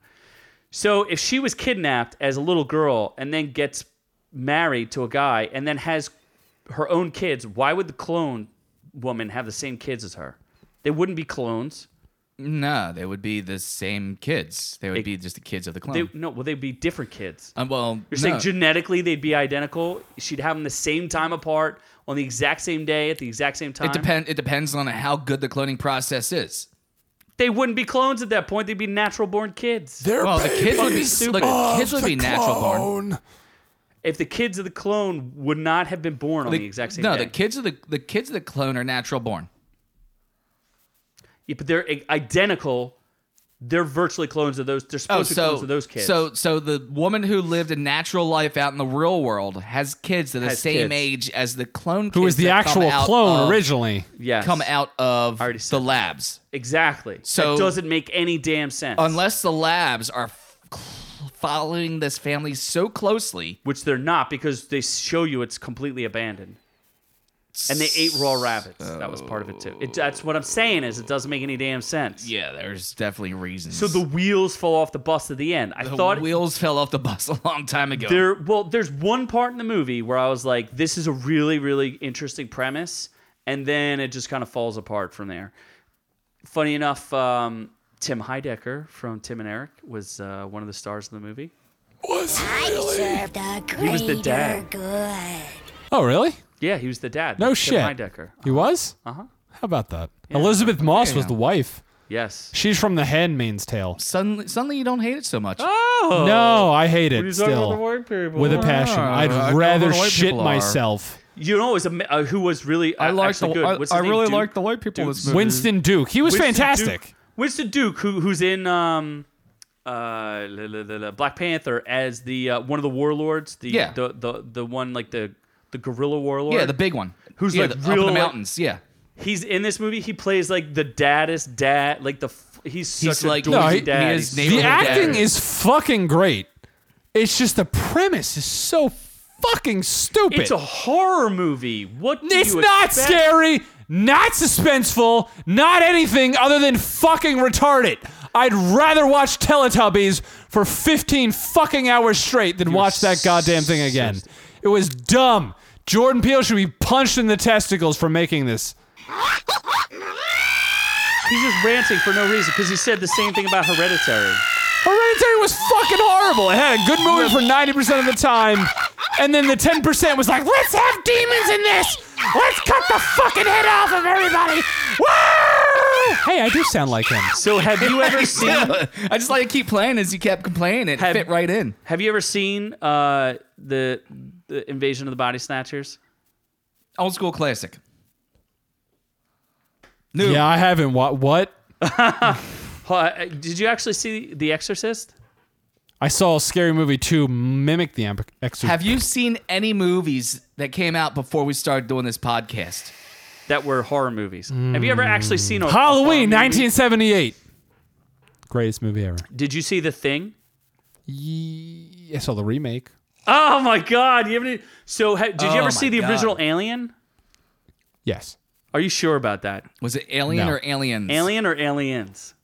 Speaker 3: So if she was kidnapped as a little girl and then gets married to a guy and then has her own kids, why would the clone woman have the same kids as her? They wouldn't be clones.
Speaker 2: no, they would be the same kids. They would
Speaker 3: It-
Speaker 2: be just the kids of the clone.
Speaker 3: They no, well they'd be different kids.
Speaker 2: Oh. Um, well,
Speaker 3: You're
Speaker 2: no.
Speaker 3: saying genetically they'd be identical. She'd have them the same time apart on the exact same day at the exact same time.
Speaker 2: it depend. It depends on how good the cloning process is.
Speaker 3: They wouldn't be clones at that point. They'd be natural born kids.
Speaker 1: They're
Speaker 2: Well, the kids would be
Speaker 3: stupid.
Speaker 2: look, the kids would be natural born.
Speaker 1: clone.
Speaker 3: if the kids of the clone would not have been born on the, exact same
Speaker 2: no,
Speaker 3: day.
Speaker 2: the kids of the the kids of the clone are natural born.
Speaker 3: Yeah, but they're i- identical. They're virtually clones of those. They're supposed to be clones of those kids.
Speaker 2: Oh, so so the woman who lived a natural life out in the real world has kids that are the
Speaker 3: Has
Speaker 2: same
Speaker 3: kids.
Speaker 2: age as the clone.
Speaker 5: Who was the actual clone
Speaker 2: originally?
Speaker 5: originally?
Speaker 3: yes,
Speaker 2: come out of
Speaker 3: already said
Speaker 2: the
Speaker 3: that.
Speaker 2: labs
Speaker 3: exactly.
Speaker 2: So-
Speaker 3: it doesn't make any damn sense
Speaker 2: unless the labs are f- following this family so closely
Speaker 3: which they're not because they show you it's completely abandoned. And they ate raw rabbits. that was part of it too. It, that's what I'm saying is it doesn't make any damn sense.
Speaker 2: yeah there's definitely reasons
Speaker 3: So the wheels fall off the bus at the end. I
Speaker 2: The
Speaker 3: thought
Speaker 2: wheels fell off the bus a long time ago
Speaker 3: There, well, there's one part in the movie where I was like, "This is a really, really interesting premise," and then it just kind of falls apart from there. Funny enough, um, Tim Heidecker from Tim and Eric was uh, one of the stars in the movie.
Speaker 8: I deserved a greater
Speaker 3: was the dad.
Speaker 8: good.
Speaker 5: Oh, really?
Speaker 3: Yeah, he was the dad.
Speaker 5: No
Speaker 3: Tim
Speaker 5: shit.
Speaker 3: Heidecker.
Speaker 5: He was? Uh
Speaker 3: Uh-huh.
Speaker 5: huh. How about that? Elizabeth Moss was the wife.
Speaker 3: Yes.
Speaker 5: She's from The Handmaid's Tale.
Speaker 2: suddenly suddenly you don't hate it so much
Speaker 3: Oh
Speaker 5: No, I hate it
Speaker 3: He's talking about the
Speaker 5: still.
Speaker 3: white people.
Speaker 5: With a passion.
Speaker 2: Ah,
Speaker 5: I'd
Speaker 2: I know
Speaker 5: rather
Speaker 2: what white
Speaker 5: shit
Speaker 2: people are.
Speaker 5: myself.
Speaker 3: you know, it was a, ma- uh, who was really uh, actually good. What's his name? Duke?
Speaker 2: white people
Speaker 3: Duke's-
Speaker 5: Winston Duke. He was
Speaker 3: Winston
Speaker 5: fantastic.
Speaker 3: Duke- Winston Duke, who who's in um, uh, la- la- la- la- Black Panther as the uh, one of the warlords, the,
Speaker 2: Yeah.
Speaker 3: the the the one like the the gorilla warlord.
Speaker 2: yeah the big one
Speaker 3: Who's
Speaker 2: yeah,
Speaker 3: like
Speaker 2: the, up in
Speaker 3: real,
Speaker 2: the
Speaker 3: like-
Speaker 2: mountains yeah
Speaker 3: he's in this movie. He plays like the daddest dad, like the f- he's such
Speaker 2: He's
Speaker 3: a
Speaker 2: like-
Speaker 3: dorky
Speaker 5: No, he-
Speaker 3: dad.
Speaker 2: he is
Speaker 3: He's-
Speaker 2: neighbor-
Speaker 5: The
Speaker 2: Little
Speaker 5: acting
Speaker 2: dad.
Speaker 5: is fucking great. It's just the premise is so fucking stupid.
Speaker 3: it's a horror movie. What? do
Speaker 5: It's
Speaker 3: you
Speaker 5: not
Speaker 3: expect?
Speaker 5: scary, not suspenseful, not anything other than fucking retarded. I'd rather watch Teletubbies for 15 fucking hours straight than watch that goddamn thing again. It was dumb. Jordan Peele should be punched in the testicles for making this.
Speaker 3: He's just ranting for no reason because he said the same thing about Hereditary.
Speaker 5: Hereditary was fucking horrible. It had a good movie for 90% of the time, and then the 10% was like, let's have demons in this! Let's cut the fucking head off of everybody! Woo! Hey, I do sound like him.
Speaker 3: So have you ever seen?
Speaker 2: I just like to keep playing as you kept complaining it
Speaker 3: Have-
Speaker 2: fit right in
Speaker 3: Have you ever seen uh, the the Invasion of the Body Snatchers?
Speaker 2: old school classic new
Speaker 5: Yeah, I haven't. What? What?
Speaker 3: Uh, did you actually see The Exorcist?
Speaker 5: I saw Scary Movie 2 mimic the Amp- Exorcist.
Speaker 2: Have you seen any movies that came out before we started doing this podcast?
Speaker 3: that were horror movies. Have you ever actually seen a a horror
Speaker 5: Halloween
Speaker 3: movie?
Speaker 5: 1978. Greatest movie ever.
Speaker 3: Did you see The Thing?
Speaker 5: Ye- I saw the remake.
Speaker 3: Oh my God! You haven't. e- So ha- did you
Speaker 2: Oh
Speaker 3: ever see
Speaker 2: my
Speaker 3: the
Speaker 2: God.
Speaker 3: original Alien?
Speaker 5: Yes.
Speaker 3: Are you sure about that?
Speaker 2: Was it Alien
Speaker 5: No.
Speaker 2: or Aliens?
Speaker 3: Alien or Aliens?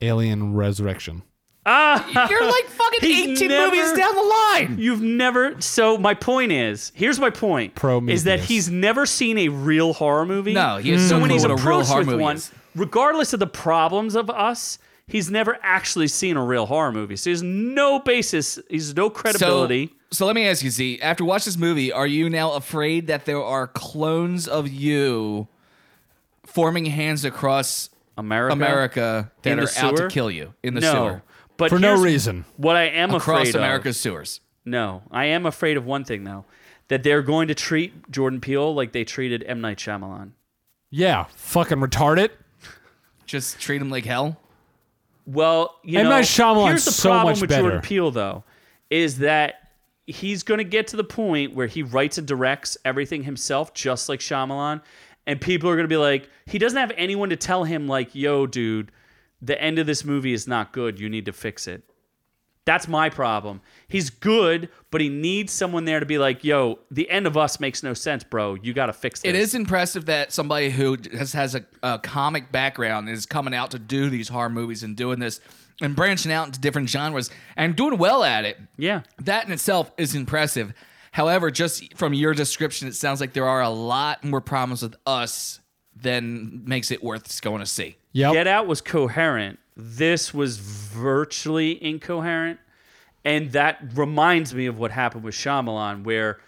Speaker 5: Alien Resurrection.
Speaker 2: You're like fucking
Speaker 3: He's
Speaker 2: 18
Speaker 3: never-
Speaker 2: movies down the line.
Speaker 3: You've never. So my point is, here's my point:
Speaker 5: Prometheus.
Speaker 3: is that he's never seen a real horror movie.
Speaker 2: No, he has
Speaker 3: so
Speaker 2: no
Speaker 3: when
Speaker 2: clue
Speaker 3: he's
Speaker 2: what a real
Speaker 3: approached
Speaker 2: horror
Speaker 3: with
Speaker 2: movie
Speaker 3: one,
Speaker 2: is.
Speaker 3: regardless of the problems of us, he's never actually seen a real horror movie. So there's no basis. He's no credibility.
Speaker 2: So, so let me ask you, Z. After watching this movie, are you now afraid that there are clones of you forming hands across
Speaker 3: America.
Speaker 2: America that
Speaker 3: In the
Speaker 2: are out to
Speaker 3: sewer?
Speaker 2: kill you in the
Speaker 3: no,
Speaker 2: sewer
Speaker 3: but
Speaker 5: For no
Speaker 3: here's
Speaker 5: reason.
Speaker 3: What I am
Speaker 2: across
Speaker 3: afraid of.
Speaker 2: America's sewers?
Speaker 3: No, I am afraid of one thing though, that they're going to treat Jordan Peele like they treated M Night Shyamalan.
Speaker 5: Yeah. Fucking retarded.
Speaker 2: Just treat them like hell.
Speaker 3: Well, you
Speaker 5: M.
Speaker 3: know,
Speaker 5: Night Shyamalan's
Speaker 3: here's the
Speaker 5: so
Speaker 3: problem
Speaker 5: much
Speaker 3: with
Speaker 5: better.
Speaker 3: Jordan Peele though, is that he's going to get to the point where he writes and directs everything himself, just like Shyamalan, and people are going to be like, he doesn't have anyone to tell him like, yo, dude, the end of this movie is not good. You need to fix it. That's my problem. He's good, but he needs someone there to be like, yo, the end of us makes no sense, bro. You got to fix this.
Speaker 2: It is impressive that somebody who has, has a, a comic background is coming out to do these horror movies and doing this and branching out into different genres and doing well at it.
Speaker 3: Yeah.
Speaker 2: That in itself is impressive. However, just from your description, it sounds like there are a lot more problems with us than makes it worth going to see.
Speaker 5: Yep.
Speaker 3: Get Out was coherent. This was virtually incoherent. And that reminds me of what happened with Shyamalan, where,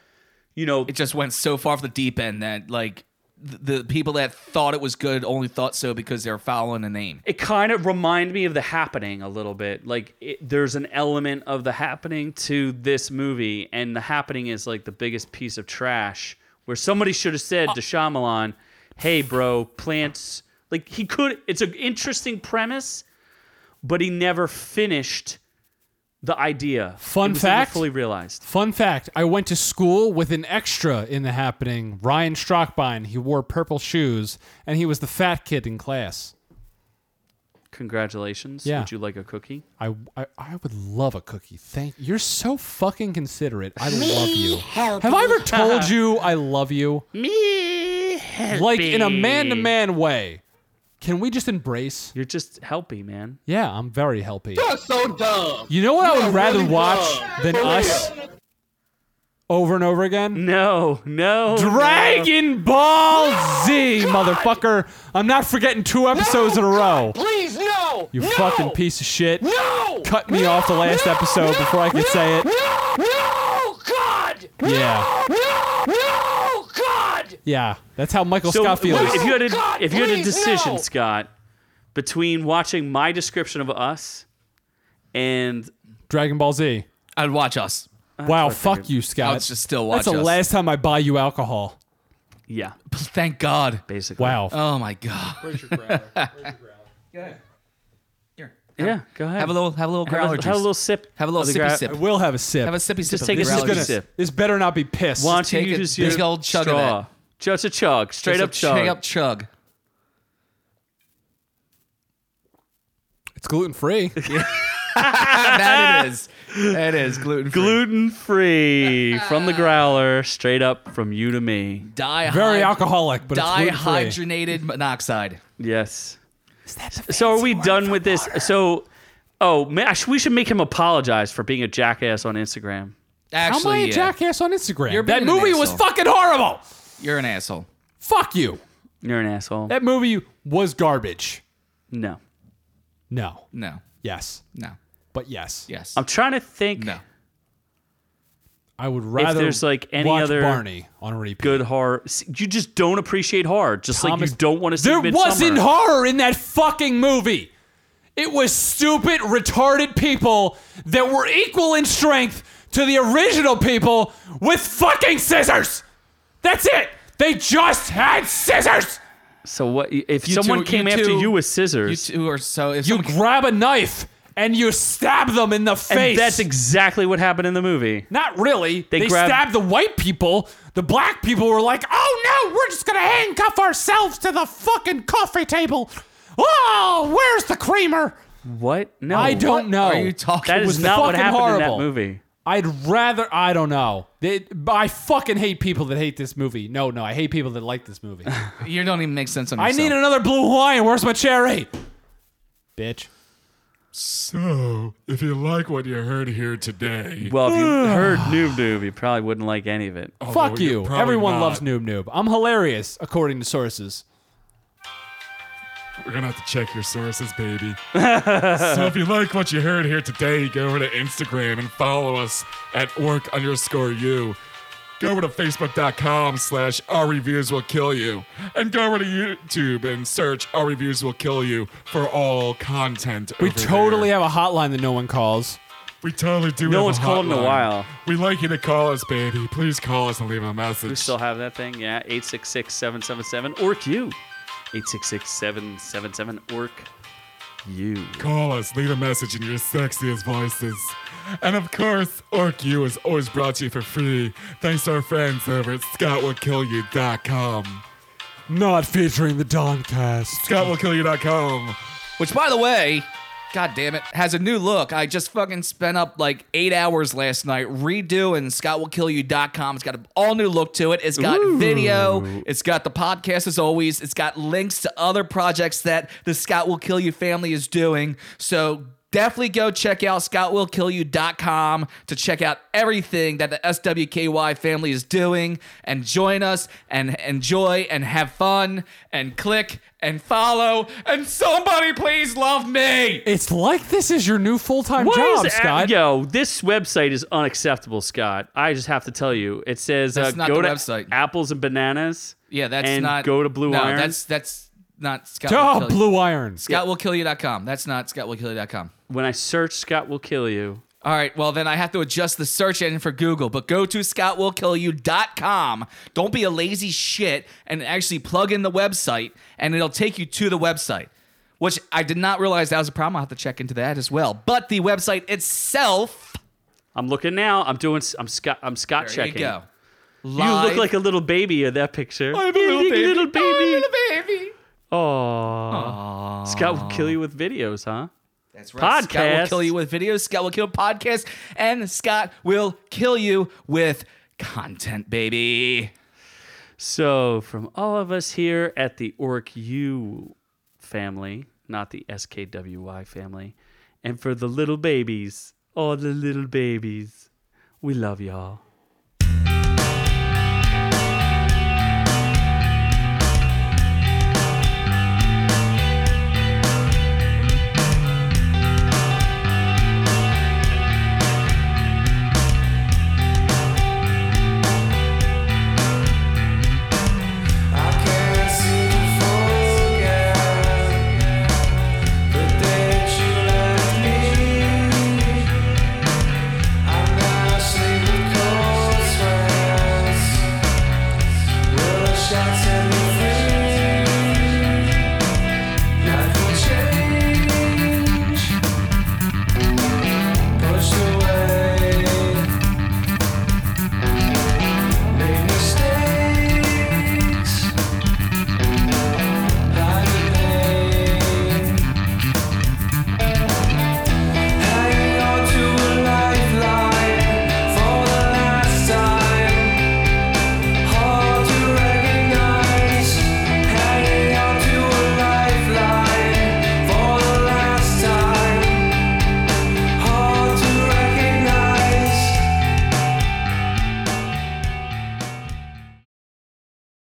Speaker 3: you know,
Speaker 2: It just went so far off the deep end that, like, th- the people that thought it was good only thought so because they were following a name.
Speaker 3: it kind of reminded me of The Happening a little bit. Like, it, there's an element of The Happening to this movie, and The Happening is like the biggest piece of trash where somebody should have said to Shyamalan, hey, bro, plants. Like, he could, it's an interesting premise, but he never finished the idea.
Speaker 5: Fun
Speaker 3: It was never
Speaker 5: fact?
Speaker 3: fully realized.
Speaker 5: Fun fact I went to school with an extra in the happening, Ryan Strockbine. He wore purple shoes and he was the fat kid in class.
Speaker 3: Congratulations.
Speaker 5: Yeah.
Speaker 3: Would you like a cookie?
Speaker 5: I, I, I would love a cookie. Thank You're so fucking considerate. I love
Speaker 8: Me
Speaker 5: you.
Speaker 8: help.
Speaker 5: Have I ever told you I love you?
Speaker 3: Me
Speaker 5: Like in a man to man way. Can we just embrace?
Speaker 3: You're just helpy, man.
Speaker 5: Yeah, I'm very helpy.
Speaker 7: You're so dumb.
Speaker 5: You know what I
Speaker 7: are
Speaker 5: would rather
Speaker 7: really
Speaker 5: watch
Speaker 7: dumb.
Speaker 5: than
Speaker 7: For
Speaker 5: us over and over again?
Speaker 3: No, no.
Speaker 5: Dragon Ball Z, motherfucker. I'm not forgetting two episodes in a row.
Speaker 7: Please, no.
Speaker 5: You
Speaker 7: no,
Speaker 5: fucking piece of shit.
Speaker 7: No.
Speaker 5: Cut me off the last episode before I could say it.
Speaker 7: No. No. God.
Speaker 5: Yeah.
Speaker 7: No. No. God.
Speaker 5: Yeah. That's how Michael
Speaker 3: So,
Speaker 5: Scott feels.
Speaker 3: if you had a,
Speaker 7: God,
Speaker 3: if you had a
Speaker 7: please,
Speaker 3: decision,
Speaker 7: no.
Speaker 3: Scott, between watching my description of us and
Speaker 5: Dragon Ball Z.
Speaker 2: I'd watch us.
Speaker 5: Wow, fuck you,
Speaker 2: I
Speaker 5: Scott.
Speaker 2: would just still watch
Speaker 5: That's the
Speaker 2: us.
Speaker 5: last time I buy you alcohol.
Speaker 3: yeah,
Speaker 2: Thank God.
Speaker 3: basically.
Speaker 5: Wow.
Speaker 2: Oh my God. Where's your growler? Here.
Speaker 3: Yeah. Go ahead.
Speaker 2: Have a little, have a little
Speaker 3: Have a-
Speaker 2: growler
Speaker 3: have a,
Speaker 2: juice.
Speaker 3: little sip.
Speaker 2: Have a little
Speaker 3: of the
Speaker 2: sippy
Speaker 3: gra-
Speaker 2: sip.
Speaker 5: I will have a sip.
Speaker 2: Have a sippy sip.
Speaker 3: Just
Speaker 2: of
Speaker 3: take
Speaker 2: the
Speaker 3: a
Speaker 5: this, is
Speaker 2: growler
Speaker 5: gonna,
Speaker 2: juice.
Speaker 3: sip.
Speaker 5: this better not be pissed.
Speaker 3: Why don't you
Speaker 2: Take a
Speaker 3: use your
Speaker 2: big old chug of
Speaker 3: straw? Just a chug, straight
Speaker 2: Just a
Speaker 3: up chug.
Speaker 2: Straight up chug.
Speaker 5: It's gluten free.
Speaker 2: that it is. That is gluten free.
Speaker 3: Gluten free from the growler, straight up from you to me.
Speaker 2: Dihyd-
Speaker 5: Very alcoholic, but it's gluten free.
Speaker 2: Dihydrated monoxide.
Speaker 3: Yes. so are we done with this? So, oh, man, I sh- we should make him apologize for being a jackass on Instagram.
Speaker 5: How am I
Speaker 2: Actually,
Speaker 3: uh,
Speaker 5: a
Speaker 2: yeah,
Speaker 5: jackass on Instagram?
Speaker 2: You're
Speaker 5: that
Speaker 2: being an
Speaker 5: movie was
Speaker 2: asshole.
Speaker 5: fucking horrible.
Speaker 2: you're an asshole.
Speaker 5: Fuck you.
Speaker 3: You're an asshole.
Speaker 5: That movie was garbage.
Speaker 3: No,
Speaker 5: No.
Speaker 2: No,
Speaker 5: Yes.
Speaker 2: no,
Speaker 5: But yes.
Speaker 2: yes,
Speaker 3: I'm trying to think.
Speaker 2: no.
Speaker 5: I would rather
Speaker 3: there's, like, any
Speaker 5: watch
Speaker 3: other
Speaker 5: Barney on repeat.
Speaker 3: Good horror. S- You just don't appreciate horror. Just like
Speaker 5: Thomas-
Speaker 3: you don't want to see.
Speaker 5: There
Speaker 3: Midsummer.
Speaker 5: wasn't horror in that fucking movie. It was stupid, retarded people that were equal in strength to the original people with fucking scissors. That's it. They just had scissors.
Speaker 3: So what? If
Speaker 2: You
Speaker 3: someone
Speaker 2: two-
Speaker 3: came
Speaker 2: you
Speaker 3: after
Speaker 2: two-
Speaker 3: you with
Speaker 2: You
Speaker 3: scissors,
Speaker 2: two are so. If
Speaker 5: You
Speaker 2: someone-
Speaker 5: grab a knife and you stab them in the
Speaker 3: And
Speaker 5: face.
Speaker 3: that's exactly what happened in the movie.
Speaker 5: Not really. They,
Speaker 3: They grab-
Speaker 5: stabbed the white people. The black people were like, oh no, we're just going to handcuff ourselves to the fucking coffee table. Oh, where's the creamer? Oh,
Speaker 3: What? No.
Speaker 5: I don't know.
Speaker 2: are you talking-
Speaker 3: That
Speaker 5: It
Speaker 3: is
Speaker 5: was
Speaker 3: not what
Speaker 5: fucking
Speaker 3: happened in that
Speaker 5: horrible.
Speaker 3: movie.
Speaker 5: I'd rather, I don't know. They, I fucking hate people that hate this movie. No, no, I hate people that like this movie.
Speaker 2: You don't even make sense on
Speaker 5: I
Speaker 2: yourself.
Speaker 5: need another blue Hawaiian. Where's my cherry? Bitch.
Speaker 1: So, if you like what you heard here today,
Speaker 3: Well, if you heard Noob Noob, you probably wouldn't like any of it.
Speaker 1: although
Speaker 5: Fuck
Speaker 1: you're
Speaker 5: you.
Speaker 1: probably
Speaker 5: Everyone
Speaker 1: not,
Speaker 5: loves Noob Noob. I'm hilarious, according to sources.
Speaker 1: We're gonna have to check your sources, baby. so if you like what you heard here today, go over to Instagram and follow us at work underscore you. Go over to facebook.com slash our reviews will kill you. And go over to YouTube and search our reviews will kill you for all content.
Speaker 5: We
Speaker 1: over
Speaker 5: totally
Speaker 1: there.
Speaker 5: have a hotline that no one calls.
Speaker 1: we totally do.
Speaker 3: No
Speaker 1: have a
Speaker 3: one's called in a
Speaker 1: hotline.
Speaker 3: while.
Speaker 1: We like you to call us, baby. Please call us and leave a message.
Speaker 3: We still have that thing, yeah. 866 777 ORC you. 866 777 ORC you.
Speaker 1: Call us, leave a message in your sexiest voices. And of course, Orc U is always brought to you for free thanks to our friends over at ScottWillKillYou.com.
Speaker 5: Not featuring the Doncast.
Speaker 1: ScottWillKillYou.com.
Speaker 2: Which, by the way, god damn it, has a new look. I just fucking spent up like eight hours last night redoing ScottWillKillYou.com. It's got an all new look to it. It's got video. It's got the podcast as always. It's got links to other projects that the Scott Will Kill You family is doing. So definitely go check out scottwillkillyou.com to check out everything that the SWKY family is doing and join us and enjoy and have fun and click and follow and somebody please love me.
Speaker 5: It's like this is your new full time
Speaker 3: What
Speaker 5: job,
Speaker 3: is-
Speaker 5: Scott.
Speaker 3: Yo, this website is unacceptable, Scott. I just have to tell you. It says uh,
Speaker 2: That's not
Speaker 3: go
Speaker 2: the
Speaker 3: to
Speaker 2: website.
Speaker 3: apples and bananas.
Speaker 2: Yeah, that's
Speaker 3: and
Speaker 2: not
Speaker 3: go to Blue
Speaker 2: no,
Speaker 3: Iron.
Speaker 2: that's that's not Scott
Speaker 5: Oh,
Speaker 2: will kill you.
Speaker 5: Blue Iron.
Speaker 2: scottwillkillyou.com. That's not scottwillkillyou.com.
Speaker 3: when I search Scott will kill you.
Speaker 2: All right, well, then I have to adjust the search engine for Google, but go to scottwillkillyou.com. Don't be a lazy shit and actually plug in the website, and it'll take you to the website, which I did not realize that was a problem. I'll have to check into that as well. But the website itself,
Speaker 3: I'm looking now. I'm doing. s- I'm Scott. I'm Scott
Speaker 2: there
Speaker 3: checking.
Speaker 2: you go.
Speaker 3: You
Speaker 2: Live-
Speaker 3: look like a little baby in that picture.
Speaker 2: I'm a little baby.
Speaker 3: Little
Speaker 2: I'm a
Speaker 3: baby.
Speaker 2: little baby.
Speaker 3: Aw. Scott will kill you with videos, huh?
Speaker 2: That's right. Scott will
Speaker 3: Podcast.
Speaker 2: kill you with videos. Scott will kill podcast, and Scott will kill you with content, baby.
Speaker 3: So, from all of us here at the Orc U family, not the SKWY family, and for the little babies, all the little babies, we love y'all.